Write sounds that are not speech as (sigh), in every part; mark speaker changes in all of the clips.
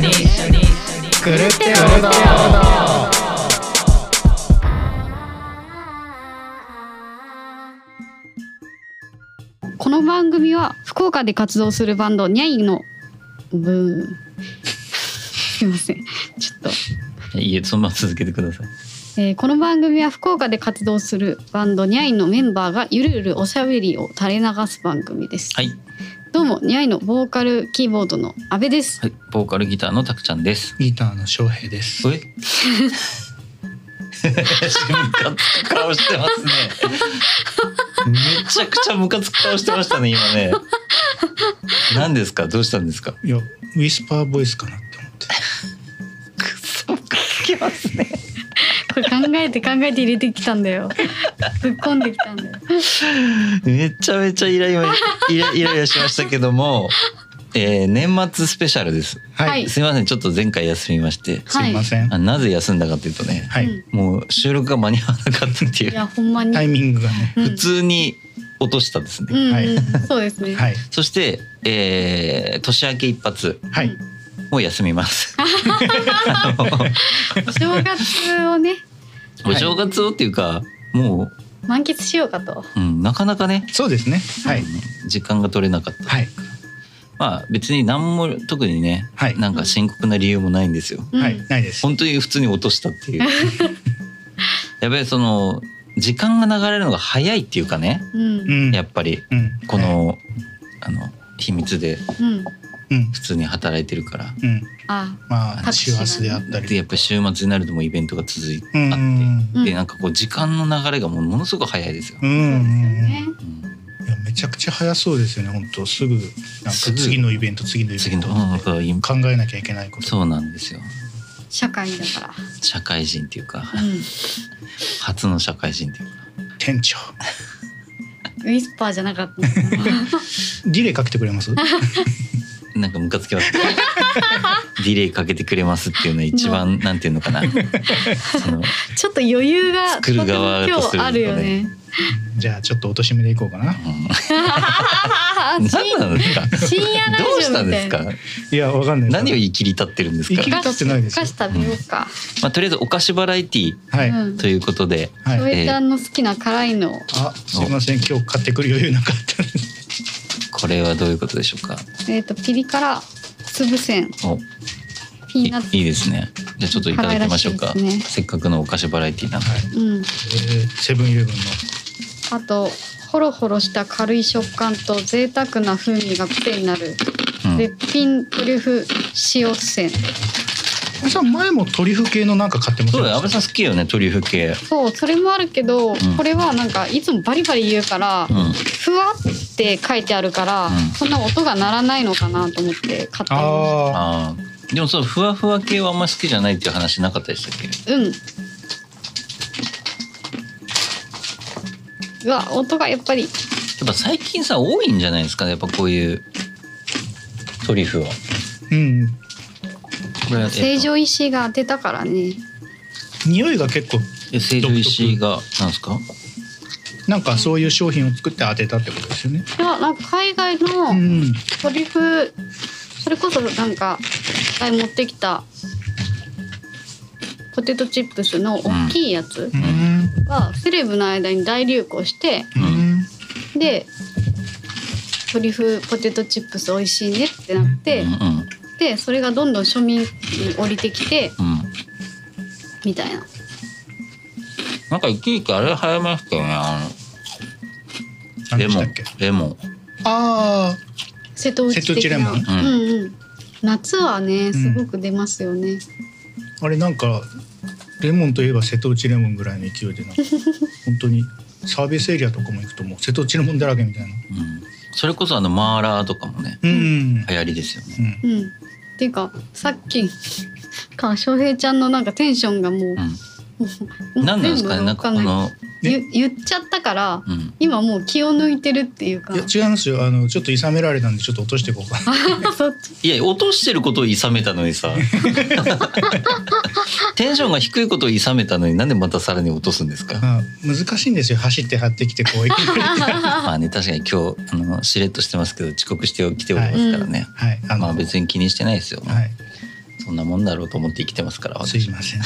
Speaker 1: 狂ってるぞ
Speaker 2: この番組は福岡で活動するバンドニャイのブーすいませんちょっと、
Speaker 3: いえ、そのまま続けてください。
Speaker 2: えーこの番組は福岡で活動するバンドニャイのメンバーがゆるゆるおしゃべりを垂れ流す番組です、
Speaker 3: はい。
Speaker 2: どうもニャイのボーカルキーボードの阿部です
Speaker 3: はい。ボーカルギターのたくちゃんです。
Speaker 1: ギターの翔平です
Speaker 3: えムカつく顔してますね。めちゃくちゃムカつく顔してましたね、今ね。何ですかどうしたんですか
Speaker 1: いやウィスパーボイスかなって
Speaker 3: く (laughs) そ、ム
Speaker 1: 思って
Speaker 3: カつきますね。
Speaker 2: これ考えて考えて入れてきたん
Speaker 3: (laughs)
Speaker 2: だよぶっ込んできたんだよ
Speaker 3: めちゃめちゃイライ (laughs) ラ、イライライラしましたけども、えー年末スペシャルです。
Speaker 2: は
Speaker 1: はいい
Speaker 3: すいません、ちょっと前回休みまして。
Speaker 1: すいません
Speaker 3: あなぜ休んだかというとね、
Speaker 1: は
Speaker 2: う
Speaker 1: い
Speaker 2: ん
Speaker 3: もう収録が間に合わなかったってい。
Speaker 2: いうやほんまに、
Speaker 1: タイミングがね
Speaker 2: うん
Speaker 3: 普通に落としたですね。
Speaker 2: うん、うん
Speaker 1: はい
Speaker 2: そうですね、
Speaker 1: はい
Speaker 3: そして、えー年明け一発
Speaker 1: は
Speaker 2: う
Speaker 1: い
Speaker 2: ん
Speaker 3: もう休み
Speaker 2: (laughs)
Speaker 3: ます。
Speaker 2: お正月をね
Speaker 3: お正月をっていうか、も
Speaker 2: 満喫しようかと
Speaker 3: う、うん、なかなかね、
Speaker 1: そうですねはい
Speaker 3: 時間が取れなかった。
Speaker 1: はい
Speaker 3: まあ別に何も特にね、
Speaker 1: はい
Speaker 3: なんか深刻な理由もないんですよ。
Speaker 2: うん
Speaker 1: はいないです
Speaker 3: 本当に普通に落とした
Speaker 2: (laughs)
Speaker 3: っていう。やべえその時間が流れるのが早いっていうかね、
Speaker 2: うん
Speaker 1: う
Speaker 2: うん
Speaker 3: やっぱり
Speaker 1: うん
Speaker 3: この、あの秘密で
Speaker 2: ん
Speaker 1: うん
Speaker 3: 普通に働いてるから。
Speaker 1: うん
Speaker 2: あ
Speaker 1: ま
Speaker 2: タ
Speaker 1: あ
Speaker 2: クシ
Speaker 1: 週
Speaker 2: ーがね
Speaker 1: 末であった
Speaker 3: でや
Speaker 1: り
Speaker 3: っぱり週末になるともうイベントが続いてあって、
Speaker 1: うんうん
Speaker 2: うん
Speaker 3: でなんかこう時間の流れがもうものすごく早いですよ。
Speaker 1: う
Speaker 2: そうんですよ
Speaker 1: うん
Speaker 2: ね
Speaker 3: うん
Speaker 1: いやめちゃくちゃ早そうですよね本当すぐなんか
Speaker 3: すぐ
Speaker 1: 次のイベント次のイベ
Speaker 3: 次
Speaker 1: ン
Speaker 3: のうん
Speaker 1: ト考
Speaker 3: そう今
Speaker 1: えなきゃいけないこと
Speaker 3: そうなんですよ
Speaker 2: 社会だか、
Speaker 3: 社会人っていうから
Speaker 2: うん、ウ
Speaker 3: 初の社会人っていうか
Speaker 1: 店長
Speaker 2: ィスパーじゃなかったな
Speaker 1: ディレイかけてくれます
Speaker 2: (laughs)
Speaker 3: なんかムカつきますねディレイかけてくれますっていうのは一番なんていうのかなその
Speaker 2: ちょっと余裕が
Speaker 3: 作る側
Speaker 2: と
Speaker 3: とす
Speaker 2: て
Speaker 3: るとね
Speaker 2: も今日あるよね
Speaker 1: じゃあちょっと落としめでいこうかな
Speaker 2: あ
Speaker 3: うん何なんですか
Speaker 2: 深夜ラジ
Speaker 3: どうした
Speaker 2: オ
Speaker 3: ん
Speaker 2: み
Speaker 3: で
Speaker 2: た
Speaker 3: す
Speaker 2: いな
Speaker 3: か
Speaker 1: いやわかんない
Speaker 3: 何を言い切り立ってるんですか
Speaker 1: 言い切、り
Speaker 2: お菓
Speaker 1: 立っ
Speaker 2: 子
Speaker 1: てないですよ
Speaker 2: お菓子食べようか、
Speaker 3: まあ、とりあえずお菓子バラエティ
Speaker 1: は
Speaker 2: う
Speaker 1: い、
Speaker 2: ん
Speaker 3: ということで
Speaker 2: 翔
Speaker 1: はい
Speaker 2: 平ちゃんの好きな辛いのを
Speaker 1: あすいません今日買ってくる余裕なかったです
Speaker 3: これはどういうことでしょうか
Speaker 2: えっ、とピリ辛粒せん
Speaker 3: お
Speaker 2: ピ
Speaker 3: い
Speaker 2: ーナッツ
Speaker 3: いいですねじゃあちょっといただきましょうか
Speaker 2: 可愛らしいです
Speaker 3: せっかくのお菓子バラエティなんで、
Speaker 1: はい、
Speaker 2: うん
Speaker 1: えーセブンイレブンの
Speaker 2: あとホロホロした軽い食感と贅沢な風味が癖になる
Speaker 3: うん
Speaker 2: 絶品トリュフ塩せん
Speaker 1: 安倍さん前もトリュフ系のなんか買ってませ
Speaker 3: そ
Speaker 1: ん
Speaker 3: うだよ安倍
Speaker 1: でし
Speaker 3: さん好きよねトリュフ系
Speaker 2: そうそれもあるけど、
Speaker 3: ん
Speaker 2: これはなんかいつもバリバリ言うから、
Speaker 3: うん
Speaker 2: ふわって書いてあるから、
Speaker 3: うん
Speaker 2: そんな音が鳴らないのかなと思って買って
Speaker 1: た
Speaker 2: みま
Speaker 3: あ
Speaker 1: あ
Speaker 3: ーでもそのふわふわ系はあんま好きじゃないっていう話なかったでしたっけ
Speaker 2: したうんうわ音がやっぱり
Speaker 3: やっぱ最近さ多いんじゃないですかねやっぱこういうトリュフは
Speaker 1: ーうん
Speaker 3: これはやっぱ
Speaker 2: 成城石井が当てたからね
Speaker 1: 匂いが結構
Speaker 3: え成城石井がなんですか
Speaker 1: なんかそういう商品を作って当てたってことですよね
Speaker 2: いやなんか海外
Speaker 1: う
Speaker 2: の
Speaker 1: ん
Speaker 2: トリュフ、それこそなんか一回持ってきたポテトチップスの大きいやつ
Speaker 1: うん
Speaker 2: がセレブの間に大流行して
Speaker 1: うん
Speaker 2: でトリュフポテトチップス美味しいねってなって
Speaker 3: うんうん
Speaker 2: でそれがどんどん庶民に降りてきて
Speaker 3: うん
Speaker 2: みたいな
Speaker 3: なんか一時期あれ流行りましたよねあの
Speaker 1: 何
Speaker 3: レ
Speaker 1: でし
Speaker 3: モ
Speaker 1: たっ
Speaker 3: ン
Speaker 1: け
Speaker 3: レモン
Speaker 1: あ
Speaker 2: 瀬戸内
Speaker 1: 瀬戸内
Speaker 2: 的
Speaker 1: レ
Speaker 2: な
Speaker 1: モ
Speaker 2: う
Speaker 1: ン
Speaker 2: んうん夏はね
Speaker 1: ん
Speaker 2: すごく出ますよね、
Speaker 1: ああれなんかレモンといえば瀬戸内レモンぐらいの勢いでなん (laughs) か本当にサービスエリアとかも行くともう瀬戸内レモンだらけみたいな
Speaker 3: うんそれこそあのマーラーとかもね
Speaker 1: うんうん
Speaker 3: 流行りですよね
Speaker 1: うん
Speaker 2: うんっていうかさっきか翔平ちゃんのなんかテンションがもう
Speaker 3: うん何なんですかね
Speaker 2: も
Speaker 3: な
Speaker 2: うん
Speaker 3: か
Speaker 2: 全
Speaker 3: こ
Speaker 2: 部がわ
Speaker 3: の
Speaker 2: ゆ言っちゃったから
Speaker 3: うん。
Speaker 2: 今もう気を抜いてるっていうか
Speaker 1: いや違いますよあのちょっといさめられたんでちょっと落としていこうか
Speaker 2: そっち
Speaker 3: いや、落としてることをいさめたのにさ。テンションが低いことをいさめたのになんでまたさらに落とすんですか
Speaker 1: まあ難しいんですよ走って張ってきて
Speaker 2: (laughs)
Speaker 1: こういくは
Speaker 3: まあね、確かに今日、あの、しれっとしてますけど、遅刻してきておりますからね。
Speaker 1: いあの、
Speaker 3: まあ別に気にしてないですよ。
Speaker 1: はい
Speaker 3: そんなもんだろうと思って生きてますから。
Speaker 1: す
Speaker 3: 私
Speaker 1: いません
Speaker 2: ウ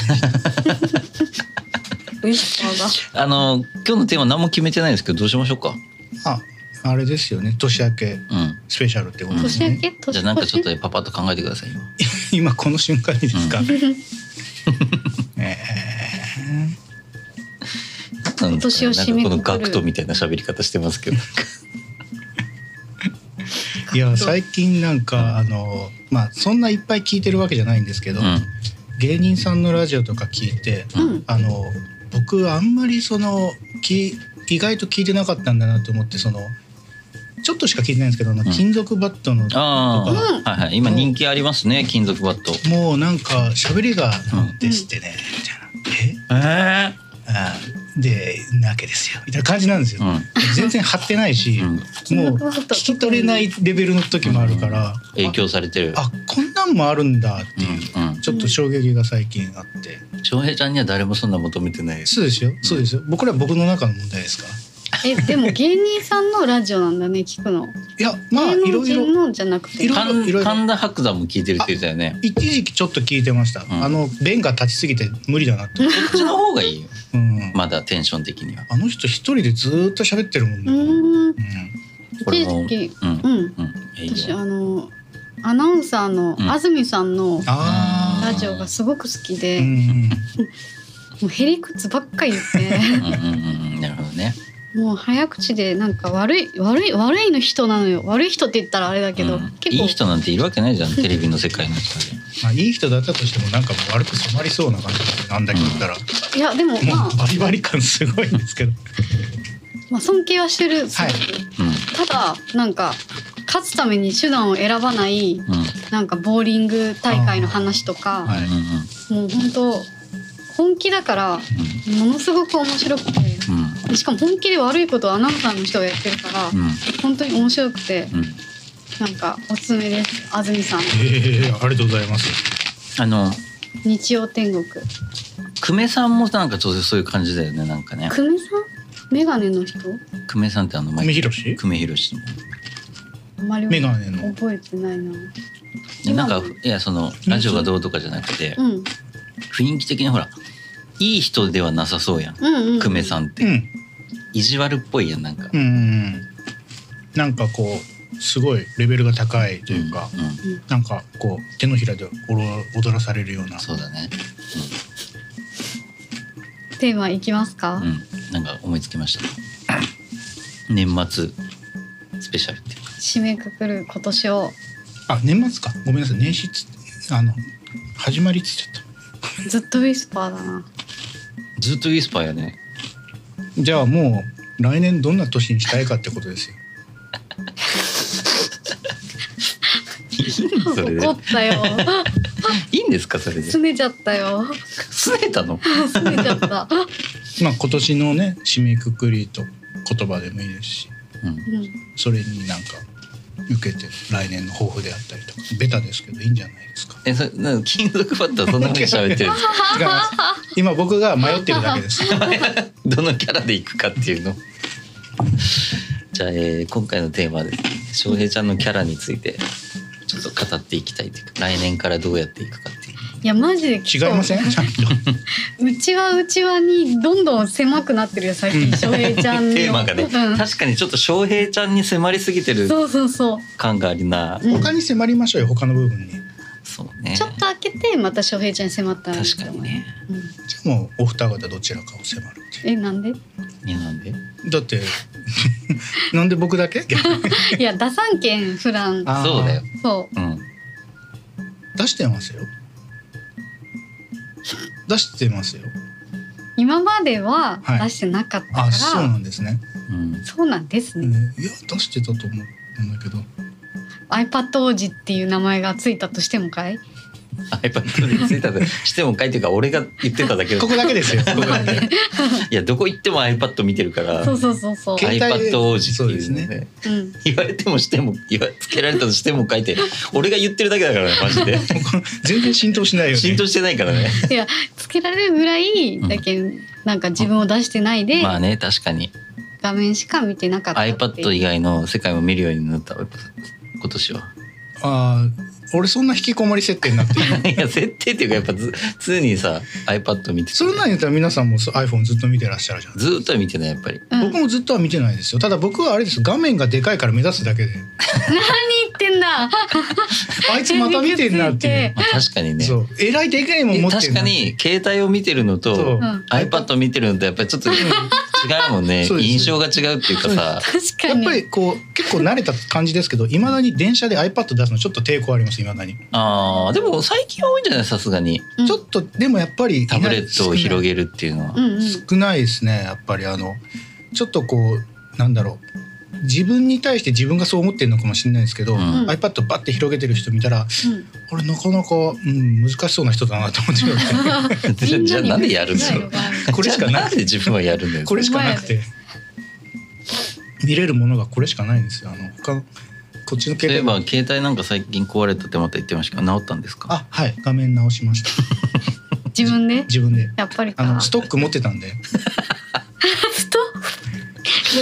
Speaker 2: ィスパーが
Speaker 3: あの、今日のテーマ何も決めてないですけど、どうしましょうか。
Speaker 1: ああれですよね年明け
Speaker 3: うん。
Speaker 1: スペシャルってことです
Speaker 2: 年明
Speaker 1: ね
Speaker 2: け年
Speaker 3: じゃあなんかちょっとパパッと考えてくださいよ。
Speaker 1: 今この瞬間にで
Speaker 2: (laughs)
Speaker 1: すか、え
Speaker 3: なんですかね
Speaker 2: 今年を締めくくる
Speaker 3: なんかこのガクトみたいな喋り方してますけど。
Speaker 1: ーいや最近なんかあのまあそんないっぱい聞いてるわけじゃないんですけど、
Speaker 3: う
Speaker 1: 芸人さんのラジオとか聞いて
Speaker 2: うんうん
Speaker 1: あの僕あんまりそのき意外と聞いてなかったんだなと思ってそのちょっとしか聞いてないんですけどあの
Speaker 3: うん
Speaker 1: 金属バットの、
Speaker 3: ん。ああ、
Speaker 2: うん
Speaker 3: はいはい。今人気ありますね、金属バット。
Speaker 1: もうなんか喋りが「ですってね」みたいな「え
Speaker 3: え
Speaker 1: あーでなわけですよ」みたいな感じなんです
Speaker 3: う
Speaker 1: よ。
Speaker 3: ん。
Speaker 1: 全然張ってないし、
Speaker 3: うん
Speaker 1: もう
Speaker 2: 金属バット
Speaker 1: 聞き取れないレベルの時もあるから、
Speaker 3: 影響されてる。
Speaker 1: あこんなんもあるんだっていう、
Speaker 3: うんうん。
Speaker 1: ちょっと衝撃が最近あって、
Speaker 3: 翔平ちゃんには誰もそんな求めてないです。
Speaker 1: そうですよそうですよ僕らは僕の中の問題ですから
Speaker 2: えでも芸人さんのラジオなんだね聞くの
Speaker 1: いやまあ
Speaker 2: 芸
Speaker 1: い
Speaker 2: 能
Speaker 1: ろいろ
Speaker 2: 人のじゃなくて
Speaker 1: いろいろ
Speaker 3: 神
Speaker 1: いろいろ
Speaker 3: 神田伯山も聞いてるって言ってたよね。
Speaker 1: 一時期ちょっと聞いてました、
Speaker 3: ん
Speaker 1: あの弁が立ちすぎて無理だなと、
Speaker 3: こっちの方がいいよ。
Speaker 1: うん
Speaker 3: まだテンション的には。
Speaker 1: あの人一人でずーっと喋ってるもん
Speaker 2: う
Speaker 1: ね、
Speaker 2: ーん
Speaker 1: うん
Speaker 3: これ
Speaker 2: 一
Speaker 3: も
Speaker 2: 時期
Speaker 3: うん
Speaker 2: う。ん
Speaker 3: うん。いい
Speaker 2: 私
Speaker 3: よ
Speaker 2: あのアナウンサーの
Speaker 3: うん
Speaker 2: 安住さんの
Speaker 1: あ
Speaker 2: ラジオがすごく好きで、
Speaker 1: ーうん
Speaker 2: もうへりくつばっかり言っ
Speaker 3: うん
Speaker 2: て (laughs)
Speaker 3: うんうんうん。なるほどね。
Speaker 2: もう早口でなんか悪い悪い悪いの人なのよ悪い人って言ったらあれだけど、
Speaker 3: うん
Speaker 2: 結構
Speaker 3: いい人なんているわけないじゃん。テレビの世界の人で。
Speaker 1: まあ、いい人だったとしてもなんかもう悪く染まりそうな感じなんだけど言ったら、
Speaker 2: いやでもま
Speaker 1: も (laughs)
Speaker 2: あ
Speaker 1: う、バリバリ感すごいんですけど
Speaker 2: まあ、尊敬はしてる、すごく
Speaker 1: は
Speaker 3: う
Speaker 2: ただなんか勝つために手段を選ばない
Speaker 3: ん。うん。
Speaker 2: なんかボーリング大会の話とか、
Speaker 1: (laughs) はい
Speaker 3: うんうん
Speaker 2: もう本当本気だからものすごく面白くて
Speaker 3: うん
Speaker 2: しかも本気で悪いことをアナウンサーの人がやってるから、
Speaker 3: うん
Speaker 2: 本当に面白くて
Speaker 3: うんうん。
Speaker 2: なんかおすすめです安住さん
Speaker 1: ええありがとうございます
Speaker 3: あの
Speaker 2: 日曜天国
Speaker 3: 久米さんもなんかちょっとそういう感じだよね。なんかね。
Speaker 2: 久米さんメガネの人
Speaker 3: 久米さんってあの
Speaker 1: 梅広し
Speaker 3: 久米宏も。
Speaker 2: あんまり
Speaker 1: メガネの
Speaker 2: 覚えてないな
Speaker 3: でなんか
Speaker 2: 今の
Speaker 3: いやそのラジオがどうとかじゃなくて
Speaker 2: うん
Speaker 3: 雰囲気的にほらいい人ではなさそうやん。
Speaker 2: うんうん
Speaker 3: 久米さんっ
Speaker 1: うん
Speaker 3: て意地悪っぽいやんなんか
Speaker 1: う。んうんなんかこうすごいレベルが高いというか、
Speaker 3: うんうん
Speaker 1: なんかこう手のひらでおろ踊らされるような
Speaker 3: そうだね。
Speaker 2: テーマいきますか、
Speaker 3: うん。なんか思いつきました。 (coughs) 年末スペシャルって。
Speaker 2: 締めくくる今年を
Speaker 1: あ年末かごめんなさい年始っつってあの始まりっつっちゃっ
Speaker 2: ずっとウィスパーだな
Speaker 3: ずっとウィスパーやね。
Speaker 1: たじゃあもう来年どんな年にしたいかってことですよ
Speaker 3: それで
Speaker 2: 怒っ
Speaker 3: (laughs)
Speaker 2: たよ
Speaker 3: いいんですかそれで。
Speaker 2: 拗ねちゃったよ
Speaker 3: すねたの。
Speaker 2: 拗ねちゃった、
Speaker 1: まあ今年のね締めくくりと言葉でもいいですし
Speaker 3: うん。
Speaker 2: うん、
Speaker 1: それになんか受けて来年の抱負であったりとかベタですけどいいんじゃないで
Speaker 2: (laughs)
Speaker 1: すか
Speaker 3: え、そ、な、金属バットはそんなこと喋ってるんですか。
Speaker 1: 違います今僕が迷ってるだけ
Speaker 2: (laughs)
Speaker 1: です
Speaker 3: (laughs) どのキャラで行くかっていうの。じゃあ、えー今回のテーマはですね、翔平ちゃんのキャラについて。ちょっと語っていきたいというか、来年からどうやっていくかっていう。
Speaker 2: いやマジで
Speaker 1: 違いませんちゃんと
Speaker 2: うちはうちはにどんどん狭くなってるよ最近翔平ちゃんの
Speaker 3: テーマがね、
Speaker 2: うん
Speaker 3: 確かにちょっと翔平ちゃんに迫りすぎてる
Speaker 2: そうそうそう
Speaker 3: 感がありな。
Speaker 2: うん
Speaker 1: 他に迫りましょうよ他の部分に
Speaker 3: そうね。
Speaker 2: ちょっと開けてまた翔平ちゃんに迫ったらいい
Speaker 3: 確
Speaker 2: と
Speaker 3: か
Speaker 2: 思う
Speaker 3: にね。
Speaker 2: うん
Speaker 1: じゃあもうお二方どちらかを迫るって
Speaker 2: えなんで (laughs)
Speaker 3: いや、なんで。
Speaker 1: いうだって (laughs) なんで僕
Speaker 2: (laughs)
Speaker 1: だけ
Speaker 2: いや出さんけん普段
Speaker 1: あー
Speaker 3: そうだよ。
Speaker 2: そ
Speaker 3: うん。
Speaker 1: 出してますよ出してますよ
Speaker 2: う今までは
Speaker 1: はい
Speaker 2: 出してなかったから、
Speaker 1: あそうなんですね
Speaker 3: うん。
Speaker 2: そうなんですね、
Speaker 1: ねいや出してたと思うんだけど
Speaker 2: iPad 王子っていう名前がついたとしてもかい
Speaker 3: iPad についたと (laughs) してもかいっていうか俺が言ってただけだ
Speaker 1: ここだけですよ。
Speaker 3: いやどこ行っても iPad 見てるから
Speaker 2: そうそうそうそう。
Speaker 1: 携帯で
Speaker 3: iPad 王子って
Speaker 1: そうで
Speaker 3: い
Speaker 1: す
Speaker 3: うね
Speaker 1: ね
Speaker 3: ね
Speaker 2: うん。
Speaker 3: 言われてもしても言わつけられたとしても書いて俺が言ってるだけだからねマジ (laughs) で
Speaker 1: (laughs) 全然浸透しないよね。
Speaker 3: 浸透してないからね
Speaker 2: いやつけられるぐらいだけ、なんか自分を出してない
Speaker 3: (laughs)
Speaker 2: で
Speaker 3: まあね確かに
Speaker 2: 画面しか見てなかったっていう
Speaker 3: iPad 以外の世界も見るようになったやっぱ今年は
Speaker 1: ああ、俺そんな引きこもり設定になってる。
Speaker 3: (laughs)
Speaker 1: (laughs)
Speaker 3: いや設定っていうかやっぱず常にさ iPad 見てて
Speaker 1: そんなん言ったら皆さんもそう iPhone ずっと見てらっしゃるじゃん。
Speaker 3: ずーっとは見てないやっぱり
Speaker 2: うん、
Speaker 1: 僕もずっとは見てないですよ。ただ僕はあれですよ。画面がでかいから目指すだ
Speaker 2: (laughs)
Speaker 1: けで。
Speaker 2: 言ってんだ (laughs)
Speaker 1: あいつまた見てんなっていう。
Speaker 3: まあ確かにね
Speaker 1: そう。えらいでかいもん持って
Speaker 3: 確
Speaker 1: る
Speaker 3: かに携帯を見てるの
Speaker 1: そう
Speaker 3: と
Speaker 2: うん
Speaker 3: iPad 見てるのとやっぱりちょっと違うもん (laughs) ね
Speaker 1: そうです
Speaker 3: 印象が違うっていうかさ
Speaker 2: 確か
Speaker 1: やっ
Speaker 2: に
Speaker 1: ぱりこう結構慣れた感じですけど、いまだに電車で iPad 出すのちょっと抵抗あります。いまだに。
Speaker 3: あーでも最近は多いんじゃないさすがに
Speaker 2: うん
Speaker 1: ちょっとでもやっぱり
Speaker 3: タブレットを広げるっていう (laughs) のは
Speaker 2: う。んうん
Speaker 1: 少ないですねやっぱりあのちょっとこうなんだろう自分に対して自分がそう思ってるのかもしれないですけど、
Speaker 3: うん
Speaker 1: iPad バッて広げてる人見たら
Speaker 2: うん
Speaker 1: これなかなか、うん、難しそうな人だなと思ってる
Speaker 3: じゃじゃあなんでやるんだ
Speaker 2: みん
Speaker 3: ろ
Speaker 2: な
Speaker 3: う
Speaker 2: に見
Speaker 1: (laughs) これしか
Speaker 3: じゃあ
Speaker 1: なん
Speaker 3: で自分はや (laughs) るんだよ
Speaker 1: これしかなくて見れるものがこれしかないんですよあの他こっちの
Speaker 3: 例
Speaker 1: 携
Speaker 3: え
Speaker 1: 帯
Speaker 3: ば携帯なんか最近壊れたってまた言ってましたけど治ったんですか
Speaker 1: あはい画面直しました
Speaker 2: 自分で
Speaker 1: 自分で
Speaker 2: やっぱり
Speaker 1: あ
Speaker 2: か
Speaker 1: のストック持ってたんで
Speaker 2: ス (laughs) ト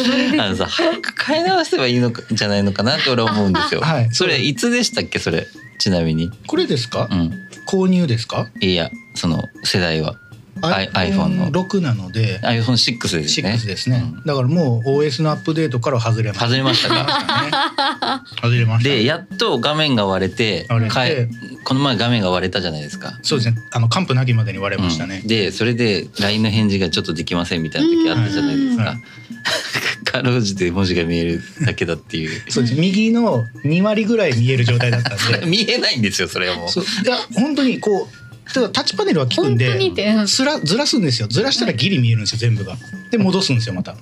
Speaker 2: ック
Speaker 3: あのさ早く買い直せばいいのかじゃないのかなって俺は思うんですよ、
Speaker 1: はい
Speaker 3: それいつでしたっけそれちなみに
Speaker 1: これですか、
Speaker 3: うん
Speaker 1: 購入ですか
Speaker 3: いやその世代は I- iPhone の
Speaker 1: 6なので
Speaker 3: iPhone6 ですね
Speaker 1: 6ですね、
Speaker 3: うん
Speaker 1: だからもう OS のアップデートから外れました
Speaker 3: 外れました
Speaker 1: (laughs)
Speaker 3: か
Speaker 1: 外れました
Speaker 3: でやっと画面が割れて
Speaker 1: 割れて
Speaker 3: かえこの前画面が割れたじゃないですか
Speaker 1: そうですねあの完膚なきまでに割れましたね、
Speaker 3: うんでそれで LINE の返事がちょっとできませんみたいな時あったじゃないですか、
Speaker 1: うん
Speaker 3: (laughs) かろうじて文字が見えるだけだっていう
Speaker 1: そうです右の2割ぐらい見える状態だったん
Speaker 3: (laughs)
Speaker 1: で
Speaker 3: 見えないんですよそれはもう
Speaker 1: そういや本当にこうただタッチパネルは効くん
Speaker 2: 本当に
Speaker 1: で
Speaker 2: ってうん
Speaker 1: ずらずらすんですよずらしたらギリ見えるんですよ全部がで戻すんですよまた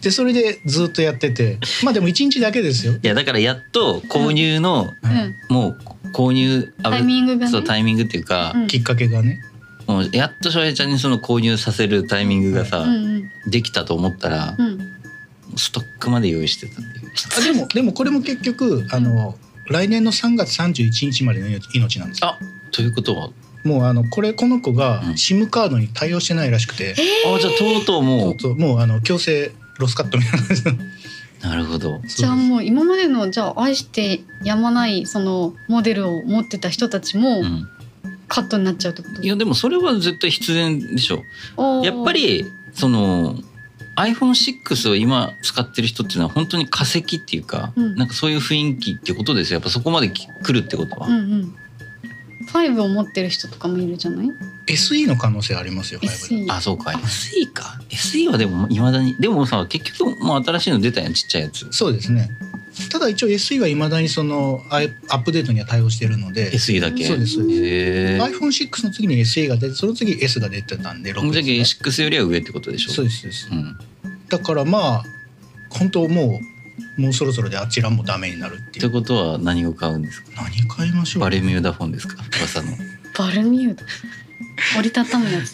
Speaker 1: でそれでずっとやっててまあでも1日だけですよ、
Speaker 3: いやだからやっと購入の、
Speaker 2: う
Speaker 1: はい
Speaker 2: ん
Speaker 3: もう購入あ
Speaker 2: タイミングがね
Speaker 3: そうタイミングっていうか、
Speaker 2: うん
Speaker 1: きっかけがね
Speaker 3: もうやっと翔平ちゃんにその購入させるタイミングがさ、
Speaker 2: うん
Speaker 3: できたと思ったら
Speaker 2: う、んうん
Speaker 3: ストックまで用意してたっていう
Speaker 1: あでもでもこれも結局あの、来年の3月31日までの命なんですよ
Speaker 3: あということは、
Speaker 1: もうあのこれこの子が
Speaker 3: うん
Speaker 1: SIM カードに対応してないらしくて、
Speaker 3: あじゃあとうとうも
Speaker 1: そううそうもうあの強制ロスカットみたいな感じの
Speaker 3: なるほど
Speaker 2: じゃあもう今までのじゃあ愛してやまないそのモデルを持ってた人たちも
Speaker 3: うん
Speaker 2: カットになっちゃうってこと
Speaker 3: いやでもそれは絶対必然でしょ
Speaker 2: おー
Speaker 3: やっぱりその iPhone6 を今使ってる人っていうのは本当に化石っていうか、
Speaker 2: うん
Speaker 3: なんかそういう雰囲気ってことですよやっぱそこまでき来るってことは、
Speaker 2: うんうんファイブを持ってる人とかもいるじゃない
Speaker 1: SE の可能性ありますよ 5G
Speaker 2: SE
Speaker 3: あそうか SE か SE はでもいまだにでもさ結局もう新しいの出たやんちっちゃいやつ
Speaker 1: そうですねただ一応 SE はいまだにそのアイアップデートには対応してるので
Speaker 3: SE だけ
Speaker 1: そうですそうです
Speaker 3: へえ
Speaker 1: iPhone6 の次に SE が出てその次 S が出てたんで
Speaker 3: じゃあ
Speaker 1: 6です、
Speaker 3: 6
Speaker 1: ね、
Speaker 3: よりは上ってことでしょ
Speaker 1: そうですそうです
Speaker 3: うん、
Speaker 1: だからまあ本当もうもうそろそろであちらもダメになるって
Speaker 3: っ
Speaker 1: い
Speaker 3: て
Speaker 1: う
Speaker 3: ことは何を買うんですか
Speaker 1: 何買いましょう
Speaker 3: バレミューダフォンですか噂の
Speaker 2: バルミ
Speaker 3: (laughs)
Speaker 2: ューダ折りたたむやつ